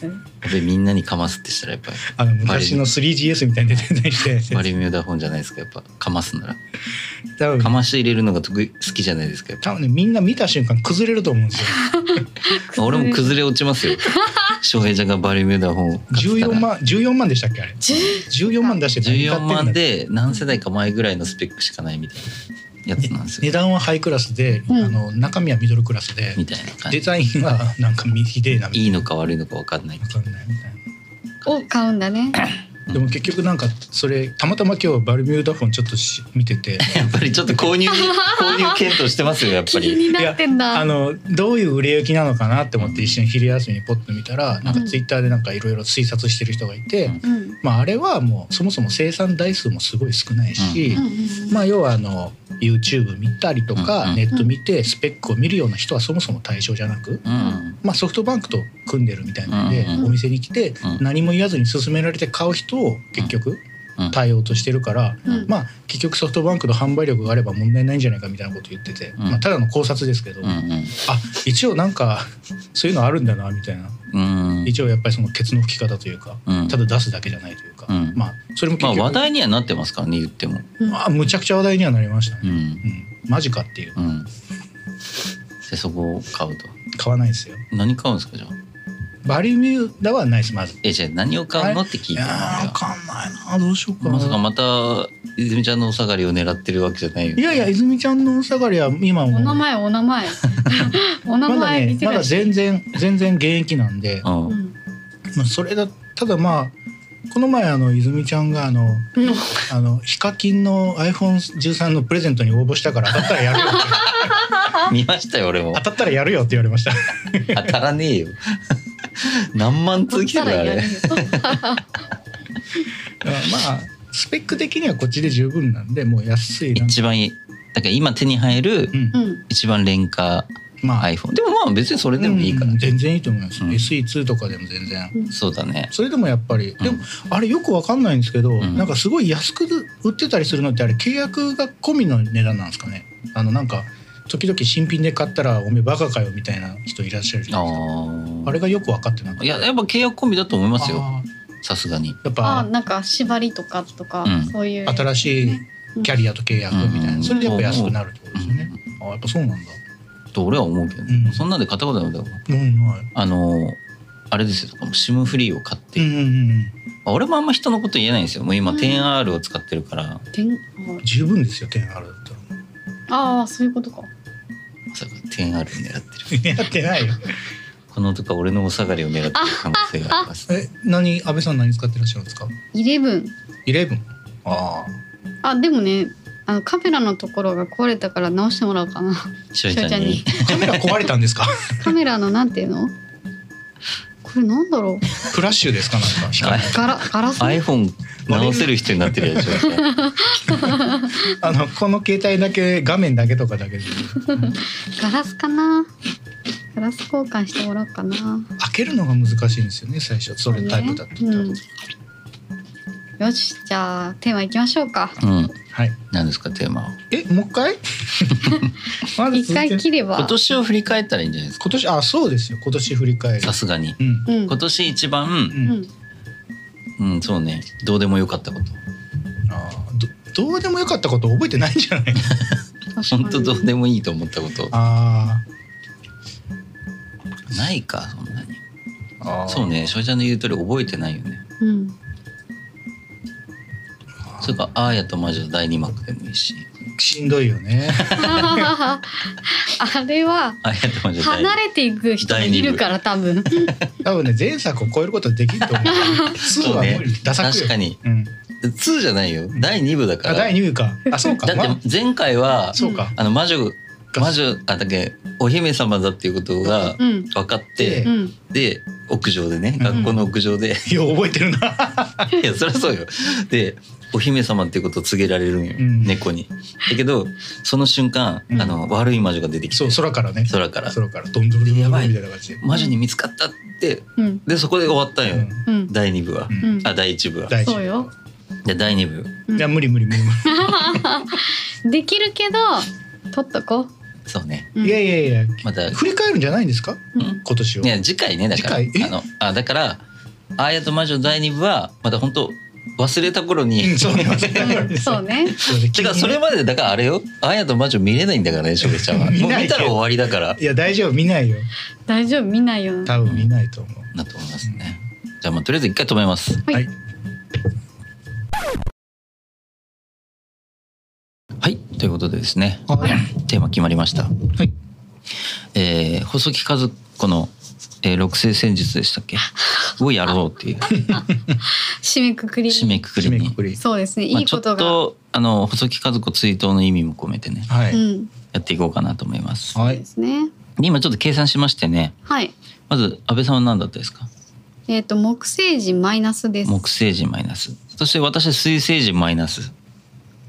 Speaker 3: でみんなにかますってしたらやっぱり
Speaker 1: あの昔の 3GS みたいに出てたりして
Speaker 3: バレミューダフォンじゃないですかやっぱかますなら
Speaker 1: 多分
Speaker 3: かまして入れるのが得意好きじゃないですかやっぱ
Speaker 1: 多分ねみんな見た瞬間崩れると思うんですよ
Speaker 3: 俺も崩れ落ちますよ
Speaker 1: (laughs)
Speaker 3: 翔平ちゃんがバレミューダフォンを買ってたら
Speaker 1: 14万14万でしたっけあれ
Speaker 2: 十
Speaker 1: 14万出して何買
Speaker 3: 14
Speaker 1: ってんだ
Speaker 3: 万で何世代か前ぐらいのスペックしかないみたいなやつなんです
Speaker 1: 値
Speaker 3: よ
Speaker 1: 段はハイクラスで、
Speaker 2: うん
Speaker 1: あの中身はミドルクラスで、
Speaker 3: みたいな感
Speaker 1: デ
Speaker 3: じ
Speaker 1: ザインはなんかみひでえなみたい
Speaker 3: いいのか悪いのか分かんない
Speaker 1: な。わかんないみたい
Speaker 2: を買うんだね
Speaker 1: な。でも結局なんかそれたまたま今日バルミューダフォンちょっとし見てて
Speaker 3: (laughs) やっぱりちょっと購入に購入検討してますよやっぱ
Speaker 2: 気
Speaker 3: り
Speaker 2: になってんだ
Speaker 1: あのどういう売れ行きなのかなって思って一瞬昼休みにポッと見たらなんかツイッターでなんかいろいろ推察してる人がいて、
Speaker 3: うん
Speaker 2: うんうん
Speaker 1: まああれはもうそもそも生産台数もすごい少ないし、
Speaker 2: うんうん
Speaker 1: まあ要はあの YouTube 見たりと
Speaker 3: うんう
Speaker 1: か
Speaker 3: ん
Speaker 1: ネット見てスペックを見るような人はそもそも対象じゃなく、
Speaker 3: うん
Speaker 1: まあ、ソフトバンクと組んでるみたいなんで、
Speaker 3: うん
Speaker 1: お店に来て
Speaker 3: うん
Speaker 1: 何も言わずに勧められて買う人を結局
Speaker 3: うん
Speaker 1: 対応としてるから、
Speaker 2: うん
Speaker 1: まあ結局ソフトバンクの販売力があれば問題ないんじゃないかみたいなこと言ってて、
Speaker 3: ん
Speaker 1: まあ、ただの考察ですけど、
Speaker 3: う
Speaker 1: あ
Speaker 3: ん
Speaker 1: 一応なんかそういうのあるんだなみたいな
Speaker 3: うんうん
Speaker 1: 一応やっぱりそのケツの吹き方というか
Speaker 3: うん
Speaker 1: ただ出すだけじゃないというか、
Speaker 3: うん
Speaker 1: まあそれも
Speaker 3: ま
Speaker 1: 結
Speaker 3: あ
Speaker 1: 局、
Speaker 3: 話題にはなってますからね言っても
Speaker 1: まあむちゃくちゃ話題にはなりました
Speaker 3: う
Speaker 1: ね、
Speaker 3: ん
Speaker 1: うんマジかっていう
Speaker 3: うんでそこを買うと
Speaker 1: 買わないですよ
Speaker 3: 何買うんですかじゃあ
Speaker 1: バリミューダはないですまず
Speaker 3: えじゃあ何を買うのって聞
Speaker 1: い
Speaker 3: いて
Speaker 1: や
Speaker 3: るの
Speaker 1: ーわかんないなどうしようかな
Speaker 3: まさかまた泉ちゃんのお下がりを狙ってるわけじゃないよね
Speaker 1: いやいや泉ちゃんのお下がりは今も
Speaker 2: お名前お名前
Speaker 3: (laughs)
Speaker 2: お名
Speaker 1: まだ
Speaker 2: 前
Speaker 1: ね
Speaker 2: 見て
Speaker 1: まだ
Speaker 2: らっしゃる
Speaker 1: 全然全然現役なんで、
Speaker 3: う
Speaker 2: うんん
Speaker 1: まあ、それだただまあこの前あの泉ちゃんがあのあのヒカキンの iPhone13 のプレゼントに応募したから当たったら
Speaker 3: (laughs)
Speaker 1: やるよって
Speaker 3: 見ましたよ俺も
Speaker 1: 当たったらやるよって言われました
Speaker 3: 当たらねえよ (laughs) 何万通来てるあれ (laughs)
Speaker 1: まあスペック的にはこっちで十分なんでもう安いな
Speaker 3: 一番いいだから今手に入る
Speaker 1: うん
Speaker 2: うん
Speaker 3: 一番廉価
Speaker 1: まあ、
Speaker 3: iPhone でもまあ別にそれでもいいから、
Speaker 1: うん全然いいと思います、
Speaker 3: うん
Speaker 1: SE2 とかでも全然
Speaker 3: そうだね
Speaker 1: それでもやっぱり、でもあれよくわかんないんですけど、
Speaker 3: ん
Speaker 1: なんかすごい安く売ってたりするのってあれ契約が込みの値段なんですかねあのなんか時々新品で買ったらおめえバカかよみたいな人いらっしゃるじゃ
Speaker 3: あ
Speaker 1: ないですかあ
Speaker 3: あ
Speaker 1: れがよく分かってなくて
Speaker 3: いややっぱ契約込みだと思いますよ
Speaker 1: あー
Speaker 3: さすがに
Speaker 1: やっ
Speaker 2: あ
Speaker 1: ぱ
Speaker 2: なんか縛りとかとか、
Speaker 3: うん
Speaker 2: そういう
Speaker 1: 新しいキャリアと契約みたい
Speaker 3: うん
Speaker 1: なそれでやっぱ安くなるってことですよね、ああやっぱそうなんだ
Speaker 3: と俺は思うけど、ね
Speaker 1: うん
Speaker 3: そんなんで買ったことないんだよ
Speaker 1: うんはい
Speaker 3: あのあれですよとかも SIM フリーを買って、
Speaker 1: うんうんうん
Speaker 3: まあ俺もあんま人のこと言えないんですよもう今
Speaker 2: うん
Speaker 3: 10R を使ってるから、
Speaker 2: 点
Speaker 1: 十分ですよ 10R だったら
Speaker 2: ああそういうことか
Speaker 3: まさか 10R を狙ってる
Speaker 1: やってないよ
Speaker 3: このとか俺のお下がりを狙ってる可能性があります
Speaker 1: え何安倍さん何使ってらっしゃるんですか
Speaker 2: イレブン
Speaker 1: 11ああ
Speaker 2: あでもねあのカメラのところが壊れたから直してもらおうかな
Speaker 3: しおりちゃんに
Speaker 2: し
Speaker 1: カメラ壊れたんですか
Speaker 2: カメラのなんていうのこれなんだろう
Speaker 1: フラッシュですかなんか光
Speaker 2: ガラガラス
Speaker 3: iPhone 直せる人になってるやつ
Speaker 1: あのこの携帯だけ画面だけとかだけで
Speaker 2: ガラスかなガラス交換してもらおうかな
Speaker 1: 開けるのが難しいんですよね最初それタイプだと、
Speaker 2: うん、よしじゃあテーマいきましょうか
Speaker 3: うん
Speaker 1: はい
Speaker 3: 何ですかテーマは
Speaker 1: えもう一回まだ続いて
Speaker 2: 一回切れば
Speaker 3: 今年を振り返ったらいいんじゃないですか
Speaker 1: 今年あそうですよ今年振り返る
Speaker 3: さすがに
Speaker 1: うん
Speaker 2: うん
Speaker 3: 今年一
Speaker 1: う
Speaker 3: 番
Speaker 1: ん、
Speaker 2: うん
Speaker 3: うんそうねどうでもよかったこと
Speaker 1: あーどどうでもよかったこと覚えてないんじゃない
Speaker 2: 確かに
Speaker 3: 本当どうでもいいと思ったこと
Speaker 1: あ
Speaker 3: ないかそんなに
Speaker 1: ーあー
Speaker 3: そうねしおりちゃんの言う通り覚えてないよね
Speaker 2: うん (laughs)
Speaker 3: それかあーやと魔女の第二幕でもいいし (laughs)
Speaker 1: しんどいよね
Speaker 2: あれは
Speaker 3: あーやと魔女の第二
Speaker 2: 離れていく人もいるから多分
Speaker 1: 多分ね前作を超えることはできると思うツー
Speaker 3: そう
Speaker 1: は
Speaker 3: ね
Speaker 1: 無理ダサくよ
Speaker 3: 確かに
Speaker 1: うん、
Speaker 3: 2じゃないよ第2部だか
Speaker 1: あ
Speaker 3: ら
Speaker 1: 第2部かあそうか
Speaker 3: だ
Speaker 1: ま
Speaker 3: っ
Speaker 1: あ
Speaker 3: て前回は
Speaker 1: そうか、
Speaker 3: あの魔女魔女あだっけお姫様だっていうことが
Speaker 2: うん
Speaker 3: 分かって
Speaker 2: う、ん
Speaker 3: で屋上でね
Speaker 1: うん
Speaker 3: 学校の屋上で、
Speaker 1: よう覚えてるな
Speaker 3: (laughs) いやそりゃそうよでお姫様っていうことを告げられるんよ、
Speaker 1: うん
Speaker 3: 猫にだけどその瞬間、
Speaker 1: うん
Speaker 3: あの悪い魔女が出てきて
Speaker 1: そう空からね
Speaker 3: 空から
Speaker 1: 空からどんどんどんどんみたいな感じで
Speaker 3: 魔女に見つかったって
Speaker 2: うん
Speaker 3: でそこで終わったんよ、
Speaker 1: うん
Speaker 2: うん
Speaker 3: 第2部は、
Speaker 1: うん
Speaker 2: うん
Speaker 3: あ第1部は
Speaker 1: 大事
Speaker 2: そうよ
Speaker 3: で第2部
Speaker 1: いや無理無理無理無
Speaker 2: できるけど取っとこ
Speaker 3: そうね
Speaker 2: う、うん
Speaker 1: 理いやいやい
Speaker 3: また
Speaker 1: や振り返るんじゃないんですか
Speaker 2: うん
Speaker 1: 今年を
Speaker 3: いや次回ねだからあ
Speaker 1: 次回え
Speaker 3: のあだから「あーやと魔女」第2部はまた本当忘れた頃に
Speaker 1: うんそう
Speaker 3: (laughs)
Speaker 1: ね忘れた頃
Speaker 2: うん (laughs) そうね
Speaker 3: 違うそれまでだからあれよ「あーやと魔女」見れないんだからねしょべちゃんはもう
Speaker 1: 見
Speaker 3: 見
Speaker 1: ない
Speaker 3: たら終わりだから
Speaker 1: いや大丈夫見ないよ
Speaker 2: 大丈夫見ないよな
Speaker 1: 多分見ないと思う
Speaker 3: なと思いますねじゃあまあとりあえず一回止めます
Speaker 2: はい
Speaker 1: はい
Speaker 3: はいということでですね
Speaker 1: はい
Speaker 3: テーマ決まりました
Speaker 1: はい
Speaker 3: えー細木和子の、えー六星戦術で
Speaker 1: (laughs)
Speaker 3: したっけをやろうっていう
Speaker 2: 締めくくり
Speaker 3: 締めくくり
Speaker 1: 締め
Speaker 3: に
Speaker 1: くくり
Speaker 2: そうですね
Speaker 3: まあ
Speaker 2: いい
Speaker 3: ちょ
Speaker 2: こ
Speaker 3: っ
Speaker 2: とが、
Speaker 3: とあの細木和子追悼の意味も込めてね
Speaker 1: は
Speaker 2: う
Speaker 1: い
Speaker 2: ん
Speaker 3: やっていこうかなと思います
Speaker 2: そう
Speaker 1: は
Speaker 2: で
Speaker 1: い
Speaker 2: すね
Speaker 3: で今ちょっと計算しましてね
Speaker 2: はい
Speaker 3: まず安倍さんは何だったですか
Speaker 2: えっ、と木星人マイナスです
Speaker 3: 木星人マイナスそして私は水星人マイナス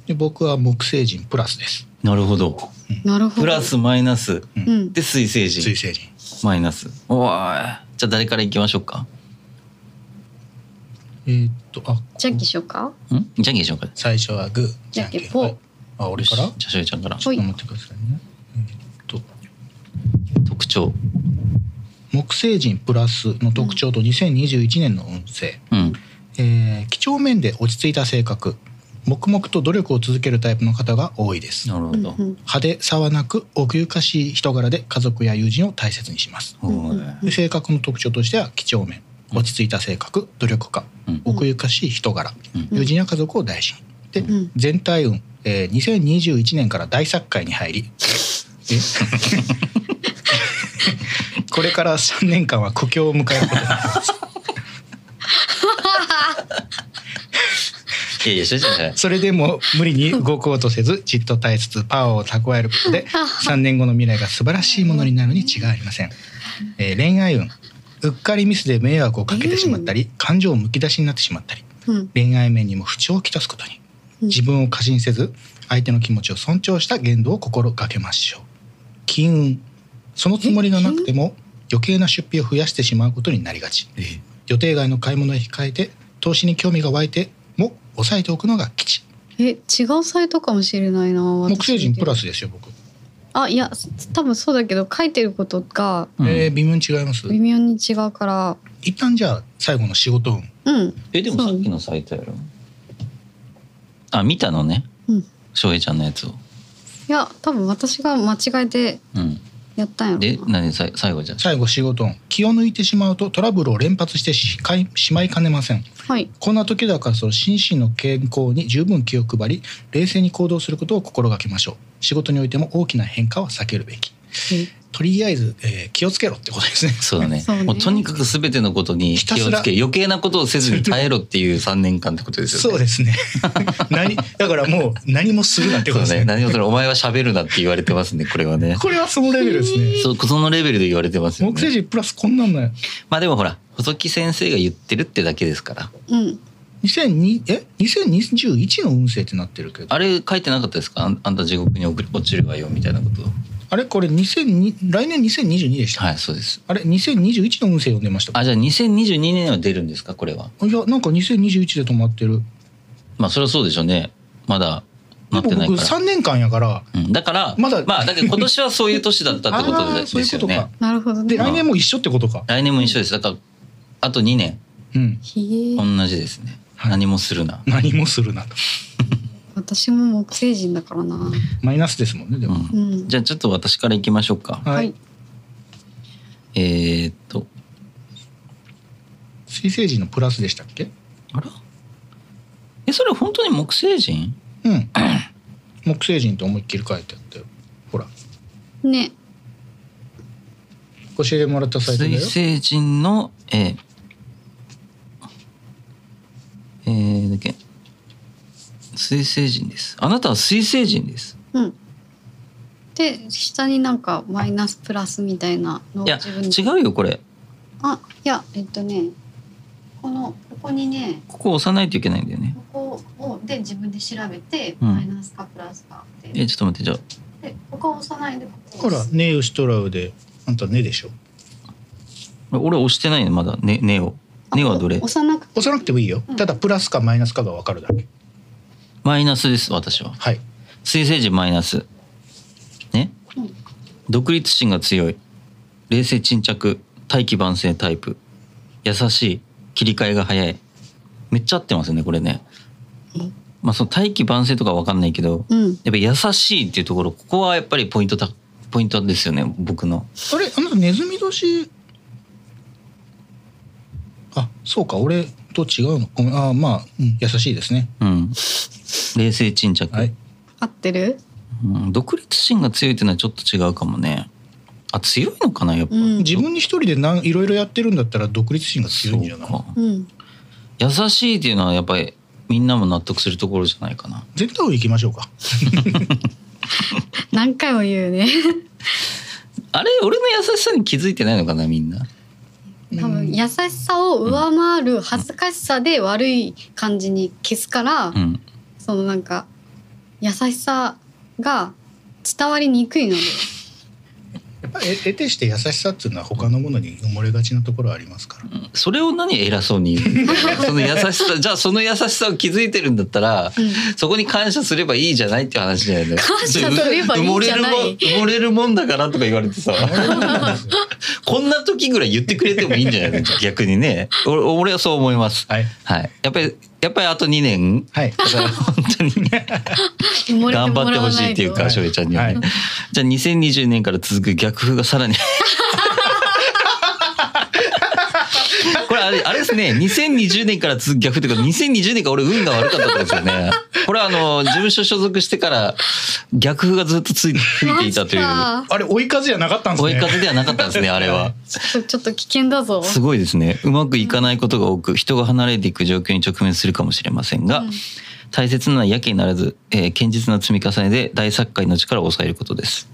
Speaker 1: で僕は木星人プラスです
Speaker 3: なるほど
Speaker 2: なるほど
Speaker 3: プラスマイナス
Speaker 2: うん
Speaker 3: で水星
Speaker 1: 水
Speaker 3: 人
Speaker 1: 星人
Speaker 3: マイナスおーいじゃあ誰からいきましょうか
Speaker 1: ええーっとあ
Speaker 2: じゃんけんしようか。
Speaker 3: んじゃんけんしようか。
Speaker 1: 最初はグー
Speaker 2: じゃんけん
Speaker 1: ぽ
Speaker 2: ぽ
Speaker 1: いあ俺
Speaker 3: よし
Speaker 1: か
Speaker 3: じ
Speaker 1: ら
Speaker 3: ゃあしょうゆちゃんから
Speaker 1: ちょっと待ってくださいねえーっと
Speaker 3: 特徴。
Speaker 1: 木星人プラスの特徴と2021年の運勢、
Speaker 3: うん。
Speaker 1: えー几帳面で落ち着いた性格黙々と努力を続けるタイプの方が多いです
Speaker 3: なるほど。
Speaker 2: うん
Speaker 1: 派手さはなく奥ゆかしい人柄で家族や友人を大切にします
Speaker 2: うん
Speaker 3: おー
Speaker 1: で性格の特徴としては几帳面落ち着いた性格努力家
Speaker 3: うん
Speaker 1: 奥ゆかしい人柄、
Speaker 3: うん
Speaker 1: 友人や家族を大事にで、
Speaker 2: ん
Speaker 1: 全体運、えー、2021年から大作会に
Speaker 3: (laughs)
Speaker 1: 入りえ (laughs) これから3年間は苦境を迎えることになります
Speaker 3: いやいや、しょうゆちゃんじゃない。
Speaker 1: それでも無理に動こうとせずじっと耐えつつパワーを蓄えることで3年後の未来が素晴らしいものになるに違いありません、えー恋愛運うっかりミスで迷惑をかけてしまったり、感情をむき出しになってしまったり
Speaker 2: うん
Speaker 1: 恋愛面にも不調をきたすことに自分を過信せず相手の気持ちを尊重した言動を心がけましょう金運そのつもりがなくても余計な出費を増やしてしまうことになりがち
Speaker 3: え
Speaker 1: 予定外の買い物を控えて投資に興味が湧いても抑えておくのが吉
Speaker 2: え、違うサイトかもしれないな。
Speaker 1: 木
Speaker 2: 私
Speaker 1: 星人プラスですよ僕、
Speaker 2: あ、いや、多分そうだけど、書いてることが
Speaker 3: うん
Speaker 1: えー微妙に違います
Speaker 2: 微妙に違うから。
Speaker 1: 一旦じゃあ最後の仕事運
Speaker 2: うん。
Speaker 3: えでもさっきのサイトやろあ見たのね
Speaker 2: うん。い
Speaker 3: 翔平ちゃんのやつを
Speaker 2: や、多分私が間違えて
Speaker 3: うん
Speaker 2: やったんやろ
Speaker 3: で
Speaker 2: な。
Speaker 3: 何さい最後じゃん
Speaker 1: 最後仕事運気を抜いてしまうとトラブルを連発してしかいしまいかねません
Speaker 2: はい。
Speaker 1: こんな時だからその心身の健康に十分気を配り冷静に行動することを心がけましょう仕事においても大きな変化は避けるべきとりあえず、えー気をつけろってことですね
Speaker 3: そうだね
Speaker 2: そうね
Speaker 3: もうとにかく全てのことに
Speaker 1: ひた
Speaker 3: 気
Speaker 1: す
Speaker 3: を
Speaker 1: ら
Speaker 3: つけ余計なことをせずに耐えろっていう3年間ってことですよ
Speaker 1: そう
Speaker 3: ね
Speaker 1: ですね (laughs) 何だからもう何もするなってことです
Speaker 3: そう
Speaker 1: ね
Speaker 3: ね何をそれお前は喋るなって言われてますねこれはね
Speaker 1: これはそのレベルですね
Speaker 3: そうそのレベルで言われてますよ
Speaker 1: 木星
Speaker 3: ね
Speaker 1: 人プラスこんなんのよ
Speaker 3: まあでもほら細木先生が言ってるってだけですから
Speaker 2: うん。
Speaker 1: 2002え2021の運勢ってなってるけどあ
Speaker 3: あれ書いてなかったですかあんあんた地獄に送り落ちるわよみたいなこと
Speaker 1: れこれ2002来年2022でした、
Speaker 3: はいそうです
Speaker 1: あれ2021の運勢読んでました
Speaker 3: あじゃあ2022年は出るんですかこれはい
Speaker 1: やなんか2021で止まってる
Speaker 3: まあそれはそうでしょうね。まだ
Speaker 1: で
Speaker 3: なっ
Speaker 1: も
Speaker 3: てない
Speaker 1: 僕
Speaker 3: から。
Speaker 1: 3年間やから
Speaker 3: うん、だから
Speaker 1: まだ
Speaker 3: まあだけど今年はそういう年だったってこと
Speaker 1: (laughs) あー
Speaker 3: で
Speaker 1: そう
Speaker 3: で
Speaker 1: いう
Speaker 3: すよ
Speaker 1: こと
Speaker 3: ね
Speaker 1: か。
Speaker 2: なるほど
Speaker 1: で
Speaker 2: ね。
Speaker 1: 来年も一緒ってことか。
Speaker 3: 来年も一緒です。だからあと2年
Speaker 1: うん。
Speaker 2: ひえ
Speaker 3: 同。じですね。
Speaker 1: はい
Speaker 3: 何もするな。
Speaker 1: 何もするなと。
Speaker 2: 私も木星人だからな。
Speaker 1: マイナスですもんね。で
Speaker 3: う。
Speaker 1: も。
Speaker 2: うんん。
Speaker 3: じゃあちょっと私から行きましょうか。
Speaker 1: はい
Speaker 2: はい。
Speaker 3: えー、っと
Speaker 1: 水星人のプラスでしたっけ？
Speaker 3: あらえそれ本当に木星人？ (clears throat)
Speaker 1: うん。木星人と思いっきり書いてあったよ。ほら、
Speaker 2: ね。
Speaker 1: 教えてもらったサイトだ
Speaker 3: 水
Speaker 1: よ。
Speaker 3: 星人のえー、えー、だっけ水星人です。あなたは水星人です。
Speaker 2: うん。で下になんかマイナスプラスみたいなのを
Speaker 3: いや
Speaker 2: 自分で。
Speaker 3: 違うよこれ。
Speaker 2: あ、いやえっとね、このここにね、
Speaker 3: ここ押さないといけないんだよね。
Speaker 2: ここをで自分で調べて
Speaker 3: うん
Speaker 2: マイナスかプラスかって、
Speaker 3: え、ちょっと待って、じゃあ、
Speaker 2: でここを押さないでここを
Speaker 1: ほら
Speaker 2: 押、す
Speaker 1: ネウシトラウで、あんたねでしょ。
Speaker 3: 俺押してないの、まだ、ね、ネオ。
Speaker 2: あ
Speaker 3: ネオはどれ
Speaker 2: 押。さなくて
Speaker 1: 押さなくてもいいよ
Speaker 2: う。ん
Speaker 1: ただプラスかマイナスかがわかるだけ。
Speaker 3: マイナスです、私は。
Speaker 1: はい。
Speaker 3: 水星人マイナス。ね。
Speaker 2: うん
Speaker 3: 独立心が強い。冷静沈着、大器晩成タイプ。優しい、切り替えが早い。めっちゃ合ってますよね、これね
Speaker 2: え。
Speaker 3: まあ、その大器晩成とかわかんないけど。
Speaker 2: うん、
Speaker 3: やっぱ優しいっていうところ、ここはやっぱりポイントた、ポイントですよね、僕の。
Speaker 1: あれ、あなたネズミ年。あ、そうか。俺と違うの。ごめん。あー、まあ、うん、優しいですね。
Speaker 3: うん。冷静沈着。
Speaker 1: はい。
Speaker 2: 合ってる？
Speaker 3: うん、独立心が強いっていうのはちょっと違うかもねあ強いのかなやっぱ、
Speaker 2: うん
Speaker 1: 自分に一人でなんいろいろやってるんだったら独立心が強いんじゃない
Speaker 3: そうか
Speaker 2: うん、
Speaker 3: 優しいっていうのはやっぱりみんなも納得するところじゃないかな
Speaker 1: 全体を行きましょうか。
Speaker 2: 何回も言う
Speaker 1: (laughs)
Speaker 2: ね。
Speaker 3: あれ俺の優しさに気づいてないのかなみんな
Speaker 2: 多分優しさを上回る恥ずかしさで悪い感じに消すから、
Speaker 3: うん
Speaker 2: そのなんか優しさが伝わりにくいので、
Speaker 1: やっぱえ得てして優しさっていうのは他のものに埋もれがちなところはありますから
Speaker 3: それを何偉そう
Speaker 4: (laughs)
Speaker 3: に言うのその優しさじゃあその優しさを気づいてるんだったら
Speaker 2: うん
Speaker 3: そこに感謝すればいいじゃないっていう話じゃないのよ
Speaker 4: 感謝すればいいんじゃな
Speaker 3: 埋もれるもん
Speaker 4: い
Speaker 3: 埋もれるもんだからとか言われてさ
Speaker 2: (laughs)
Speaker 1: 埋もれるものですよ
Speaker 3: こんな時ぐらい言ってくれてもいいんじゃないの逆にね俺俺はそう思います
Speaker 1: はい
Speaker 3: はいやっぱりやっぱりあと2年
Speaker 1: はい
Speaker 3: だから本当にね
Speaker 4: 埋もれ
Speaker 3: 頑
Speaker 4: も
Speaker 3: 張って
Speaker 4: ら
Speaker 3: ほ
Speaker 4: わ
Speaker 3: し
Speaker 4: ない
Speaker 3: っていう
Speaker 4: と
Speaker 3: か、しょうちゃんにはね。
Speaker 1: はい
Speaker 3: じゃあ2020年から続く逆風がさ
Speaker 4: (laughs)
Speaker 3: らに。これあれあれですね2020年から続く逆風ってこと2020年から俺運が悪かったってことですよねこれはあの事務所所属してから逆風がずっとつい吹いていたという
Speaker 2: マ
Speaker 1: あれ追い風じゃなかったんです
Speaker 3: 追
Speaker 1: ね
Speaker 3: い風ではなかったんですねあれは
Speaker 4: ジかちょっとちょっと危険だぞ
Speaker 3: すごいですねうまくいかないことが多く人が離れていく状況に直面するかもしれませんが、
Speaker 4: うん
Speaker 3: 大切なのはやけにならず、えー堅実な積み重ねで大作界の力を抑えることです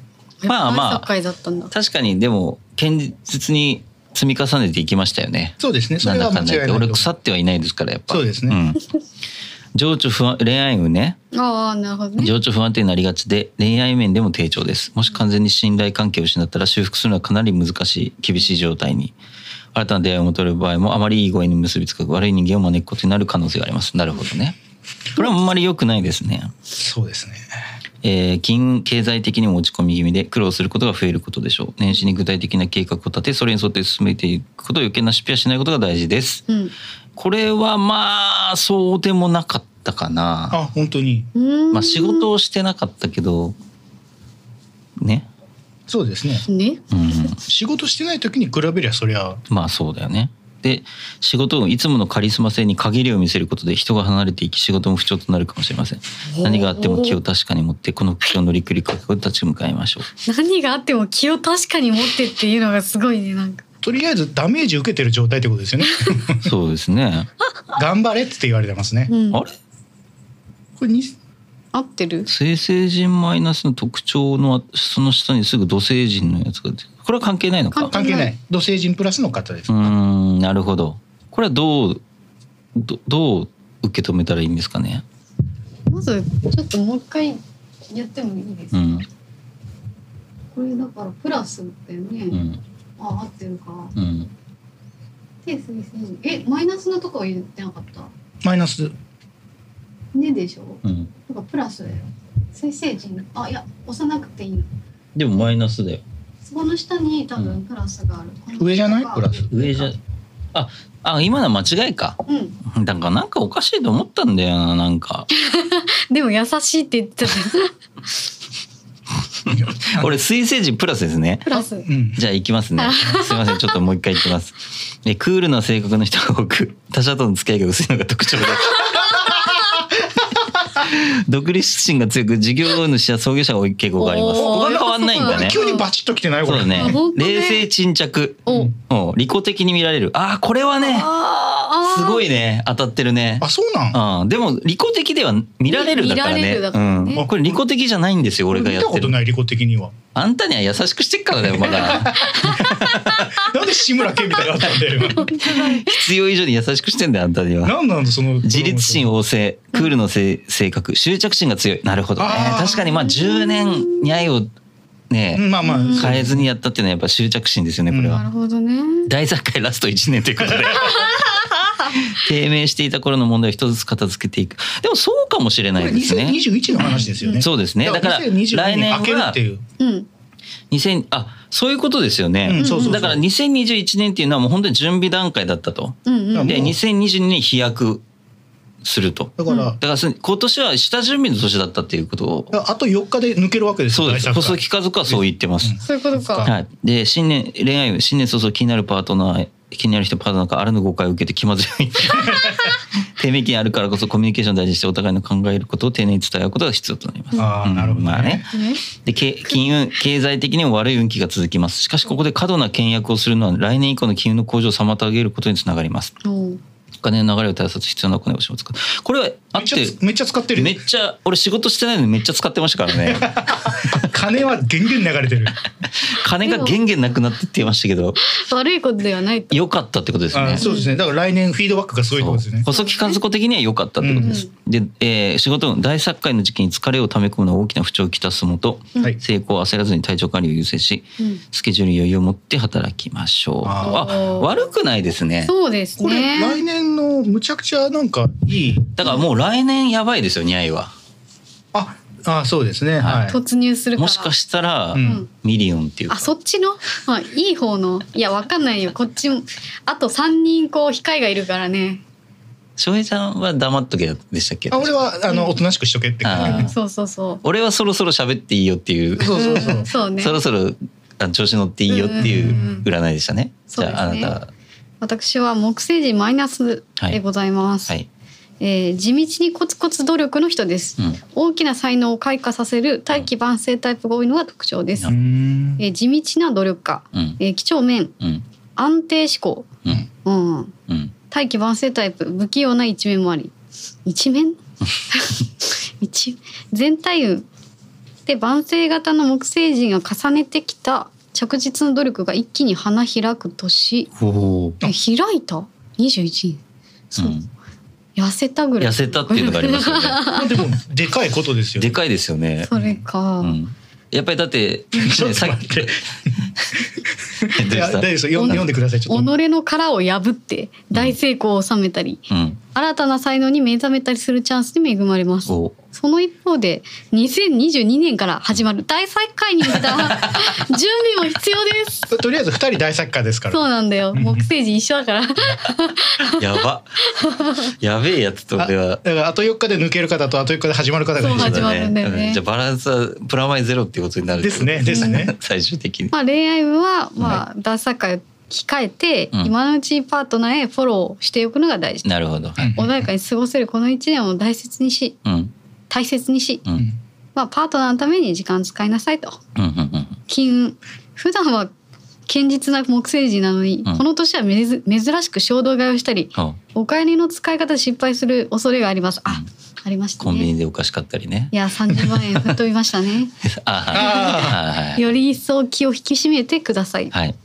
Speaker 3: まあまあ
Speaker 4: 大作家だったんだ
Speaker 3: 確かにでも堅実に積み重ねていきましたよね。
Speaker 1: そうですねそれは間
Speaker 3: か言
Speaker 1: 違いな
Speaker 3: って
Speaker 1: いと
Speaker 3: 俺腐ってはいないですからやっぱ。
Speaker 1: そうですね
Speaker 3: ん情緒不安恋愛運ね
Speaker 4: ああなるほどね
Speaker 3: 情緒不安定になりがちで恋愛面でも低調ですもし完全に信頼関係を失ったら修復するのはかなり難しい厳しい状態に新たな出会いを求める場合もあまりいい声に結びつかず悪い人間を招くことになる可能性がありますなるほどねこれはあんまり良くないですね
Speaker 1: そうですね
Speaker 3: えー金運経済的にも落ち込み気味で苦労することが増えることでしょう年始に具体的な計画を立てそれに沿って進めていくことを余計な失敗はしないことが大事です
Speaker 4: うん
Speaker 3: これはまあそうでもなかったかな
Speaker 1: あ本当に
Speaker 4: うーん
Speaker 3: まあ仕事をしてなかったけどね
Speaker 1: そうですね
Speaker 4: ね
Speaker 3: うん
Speaker 1: 仕事してない時に比べりゃそりゃ
Speaker 3: まあそうだよねで仕事をいつものカリスマ性に限りを見せることで人が離れていき仕事も不調となるかもしれません何があっても気を確かに持ってこの危機を乗りくり覚悟で立ち向かいましょう
Speaker 4: 何があっても気を確かに持ってっていうのがすごいねなんか
Speaker 1: とりあえずダメージ受けてる状態ってことですよね
Speaker 3: そうですね
Speaker 1: 頑張れって言われてますね
Speaker 4: うん
Speaker 3: あれ
Speaker 1: これに
Speaker 4: 合ってる
Speaker 3: 生成人マイナスの特徴のその下にすぐ土星人のやつが出てこれは関係ないのか
Speaker 1: 関係ない土星人プラスの方です
Speaker 3: うーんなるほどこれはどうどどう受け止めたらいいんですかね
Speaker 4: まずちょっともう一回やってもいいですか、
Speaker 3: うん
Speaker 4: これだからプラスだよね、
Speaker 3: うん
Speaker 4: あ合ってるか
Speaker 3: うん
Speaker 4: 手すいすいえマイナスのとこは言ってなかった
Speaker 1: マイナス (laughs)
Speaker 4: ねでしょ
Speaker 3: うん
Speaker 4: なんかプラスだよ水星人あいや押さなくていいの
Speaker 3: でもマイナスだよ
Speaker 4: そこの下に多
Speaker 3: う
Speaker 4: 分プラスがある、
Speaker 1: 上じゃないプラス
Speaker 3: 上じゃああ今のは間違いか
Speaker 4: うん
Speaker 3: だからなんかおかしいと思ったんだよなな
Speaker 4: (laughs)
Speaker 3: んか
Speaker 4: でも優しいって言ってたじゃん
Speaker 3: 俺水星人プラスですね
Speaker 4: (laughs) プラ
Speaker 1: (laughs)
Speaker 4: ス
Speaker 1: うん
Speaker 3: じゃあ行きますね。すいません、ちょっともう一回行きます。え、クールな性格の人が多く、他者との付き合いが薄いのが特
Speaker 4: (laughs)
Speaker 3: 徴です。独立心が強く、事業主や創業者が多い傾向があります。
Speaker 4: おー
Speaker 3: ここが変わんないんだね。
Speaker 1: 急にバチッときてないこ
Speaker 3: そう
Speaker 1: れ
Speaker 3: だね
Speaker 4: あ本。当ね
Speaker 3: 冷静沈着。
Speaker 4: お
Speaker 3: お利己的に見られる。ああ、これはね、
Speaker 4: あ
Speaker 3: すご
Speaker 4: い
Speaker 3: いね。当たってるね。
Speaker 1: あそうなん
Speaker 3: うん、でも利己的では見られるだから
Speaker 4: 見られ
Speaker 3: ね。
Speaker 4: るだからね
Speaker 3: うん、これ利己的じゃないんですよ。俺がや
Speaker 1: 見た
Speaker 3: って
Speaker 1: こと
Speaker 3: る。
Speaker 1: ない利己的には
Speaker 3: あんたには優しくしてっからだよ。まだ。
Speaker 1: (laughs) なんで志村けんみたいになった
Speaker 3: (laughs)
Speaker 1: んだよ今
Speaker 3: 必要以上に優しくしてんだよあんたには。
Speaker 1: なんなんだその
Speaker 3: 自立心
Speaker 1: を
Speaker 3: 旺盛クールのせい性格執着心が強いなるほどね
Speaker 1: あー
Speaker 3: 確かにまあ10年に愛をね
Speaker 1: まあまあそう
Speaker 3: 変えずにやったっていうのはやっぱ執着心ですよねこれ
Speaker 1: うん
Speaker 3: は
Speaker 4: な。るほどね
Speaker 3: 大作界ラスト1年ということ
Speaker 1: (laughs)
Speaker 3: で低迷していた頃の問題を一つずつ片付けていくでもそうかもしれ
Speaker 1: こ
Speaker 3: ない
Speaker 1: れ
Speaker 3: ですね。
Speaker 1: 2021の話ですよね
Speaker 3: そうですねだから来
Speaker 1: 2022
Speaker 3: 年
Speaker 1: 明けるっ
Speaker 3: は
Speaker 1: ていう
Speaker 4: うん
Speaker 3: 2000あそういうことですよね、
Speaker 1: うんそうそうそう
Speaker 3: だから2021年っていうのはもう本当に準備段階だったと
Speaker 4: うんうん
Speaker 3: で2022年飛躍すると
Speaker 1: だから、
Speaker 3: だからそ今年は下準備の年だったっていうことを
Speaker 1: あと4日で抜けるわけです
Speaker 3: そう
Speaker 1: よ
Speaker 3: です。
Speaker 1: 大作
Speaker 3: 細
Speaker 1: 会
Speaker 3: 木家族はそう言ってます。
Speaker 4: そういうこと
Speaker 1: そっ
Speaker 4: か
Speaker 1: か
Speaker 3: はい。で、新年、恋愛運、新年早々気になるパートナー、気になる人パートナーからあらぬ誤解を受けて気まず
Speaker 1: (laughs)
Speaker 3: い。低迷期にあるからこそコミュニケーションを大事にしてお互いの考えることを丁寧に伝え合うことが必要となります。
Speaker 1: ああなるほ
Speaker 3: う
Speaker 1: どね,、
Speaker 3: んまあね。
Speaker 4: ね
Speaker 3: で、け金運、経済的にも悪い運気が続きます。しかし、ここで過度な倹約をするのは来年以降の金運の向上を妨げることにつながります。
Speaker 4: おう
Speaker 3: お金の流れを絶やさず必要なお金を使う。これはあ
Speaker 1: め
Speaker 3: っ
Speaker 1: っちゃ
Speaker 3: て、
Speaker 1: めっちゃ使ってるよ (laughs)
Speaker 3: めっちゃ、俺仕事してないのにめっちゃ使ってましたからね。
Speaker 1: 金は源々流れてる。
Speaker 3: 金がげんげんなくなってって言いましたけど
Speaker 2: 悪いことではないと。
Speaker 3: 良かったってことです
Speaker 1: あ
Speaker 3: ね。
Speaker 1: そうですね。だから来年フィードバックがすごいってことですね。
Speaker 3: 細木数子的には良かったってことです。で、えー仕事運大作界の時期に疲れを溜め込むのは大きな不調をきたすもと、
Speaker 2: うん
Speaker 1: はい
Speaker 3: 成功を焦らずに体調管理を優先し
Speaker 2: うん
Speaker 3: スケジュールに余裕を持って働きましょう。
Speaker 1: あ
Speaker 3: あ
Speaker 2: ー
Speaker 3: 悪くないですね。
Speaker 2: そうです
Speaker 1: これ来
Speaker 2: ね。
Speaker 1: 年のむちゃくちゃなんかいい。
Speaker 3: だからもう来年やばいですよニャイは。
Speaker 1: あ、あそうですね。
Speaker 3: は
Speaker 1: はいい。
Speaker 2: 突入するから。
Speaker 3: もしかしたら、
Speaker 1: う
Speaker 2: うんん。
Speaker 3: ミリオンっていうか
Speaker 2: あ、そっちの、まあ、いい方の、いや、わかんないよ、こっちも、あと三人こう控えがいるからね。
Speaker 3: 翔平ちゃんは黙っとけでしたっけ
Speaker 1: あ、俺はあのおとなしくしとけって感
Speaker 3: あー
Speaker 2: そうそうそ
Speaker 3: 俺はそろそろ喋っていいよっていう
Speaker 1: じ。そうそうそう
Speaker 2: う。。そうね
Speaker 3: そ。ろそろあ調子乗っていいよってい
Speaker 1: んうん
Speaker 3: う占いでしたね。じ
Speaker 2: そうです
Speaker 3: ゃあ、
Speaker 2: ね
Speaker 3: あなた
Speaker 2: 私は木星人マイナスでございます。
Speaker 3: はい、
Speaker 2: えー地道にコツコツ努力の人です。
Speaker 3: うん、
Speaker 2: 大きな才能を開花させる大器晩成タイプが多いのが特徴です
Speaker 1: うー。ん
Speaker 2: えー地道な努力家、
Speaker 3: うん、
Speaker 2: えー几帳面、
Speaker 3: うん、
Speaker 2: 安定志向、
Speaker 3: うん、
Speaker 2: うん、
Speaker 3: うん、
Speaker 2: 大器晩成タイプ、不器用な一面もあり。一
Speaker 3: (laughs)
Speaker 2: 面一全体運で晩成型の木星人が重ねてきた着実な努力が一気に花開く年。
Speaker 3: おお、
Speaker 2: え開いた21そう、痩せたぐらい
Speaker 3: 痩せたっていうのがありますよね。
Speaker 1: (laughs) まあでもでかいことですよ
Speaker 3: で
Speaker 1: ね。
Speaker 3: かいですよね。
Speaker 2: それか、
Speaker 3: うん、やっぱりだって、
Speaker 1: (laughs) ちょっと
Speaker 3: さっ
Speaker 1: 待
Speaker 3: き
Speaker 1: って。い
Speaker 3: どう
Speaker 1: や
Speaker 3: し
Speaker 1: 大丈
Speaker 3: た
Speaker 1: 夫ですよ。読ん読んでください。ち
Speaker 2: 己
Speaker 1: ょっと。
Speaker 2: の殻を破って大成功を収めたり、
Speaker 3: うん、
Speaker 2: 新たな才能に目覚めたりするチャンスに恵まれます
Speaker 3: お、
Speaker 2: その一方で2022年から始まる大再開に向
Speaker 3: (laughs)
Speaker 2: けた準備も必要です
Speaker 1: とりあえず二人大作家ですから。
Speaker 2: そうなんだよ木星人一緒だから
Speaker 3: やば、
Speaker 1: (laughs)
Speaker 3: やべえやつと
Speaker 1: あ
Speaker 3: 俺は
Speaker 1: だ。からあと4日で抜ける方とあと4日で始まる方が
Speaker 2: そう
Speaker 1: 一緒
Speaker 2: 始
Speaker 1: だ
Speaker 2: まるんだよね
Speaker 3: うじゃあバランスはプラマイゼロってことになるって
Speaker 1: で
Speaker 3: こ
Speaker 1: す
Speaker 3: と
Speaker 1: ね。ですね。
Speaker 3: (laughs) 最終的に。
Speaker 2: まあ恋愛部はまあ大再開を控えて、
Speaker 3: うん
Speaker 2: 今のうちにパートナーへフォローしておくのが大事
Speaker 3: なるほど。
Speaker 2: 穏やかに過ごせるこの一年を大切にし
Speaker 3: うん、
Speaker 2: 大切にし、
Speaker 3: うん、う、
Speaker 1: うんん
Speaker 2: まあ、パートナーのために時間を使いなさいと
Speaker 3: うん、うん。
Speaker 2: 金運普段は堅実な木星人なのに、
Speaker 3: うん
Speaker 2: この年はめず珍しく衝動買いをしたり
Speaker 3: あ
Speaker 2: お金の使い方で失敗する恐れがありますあ、
Speaker 3: うん
Speaker 2: ありました
Speaker 3: コンビ
Speaker 2: ね
Speaker 3: ニでお菓子買ったりね
Speaker 2: い。や30万円吹っ飛びましたね
Speaker 3: あ (laughs) はい
Speaker 2: より一層気を引き締めてください
Speaker 3: はい。はい。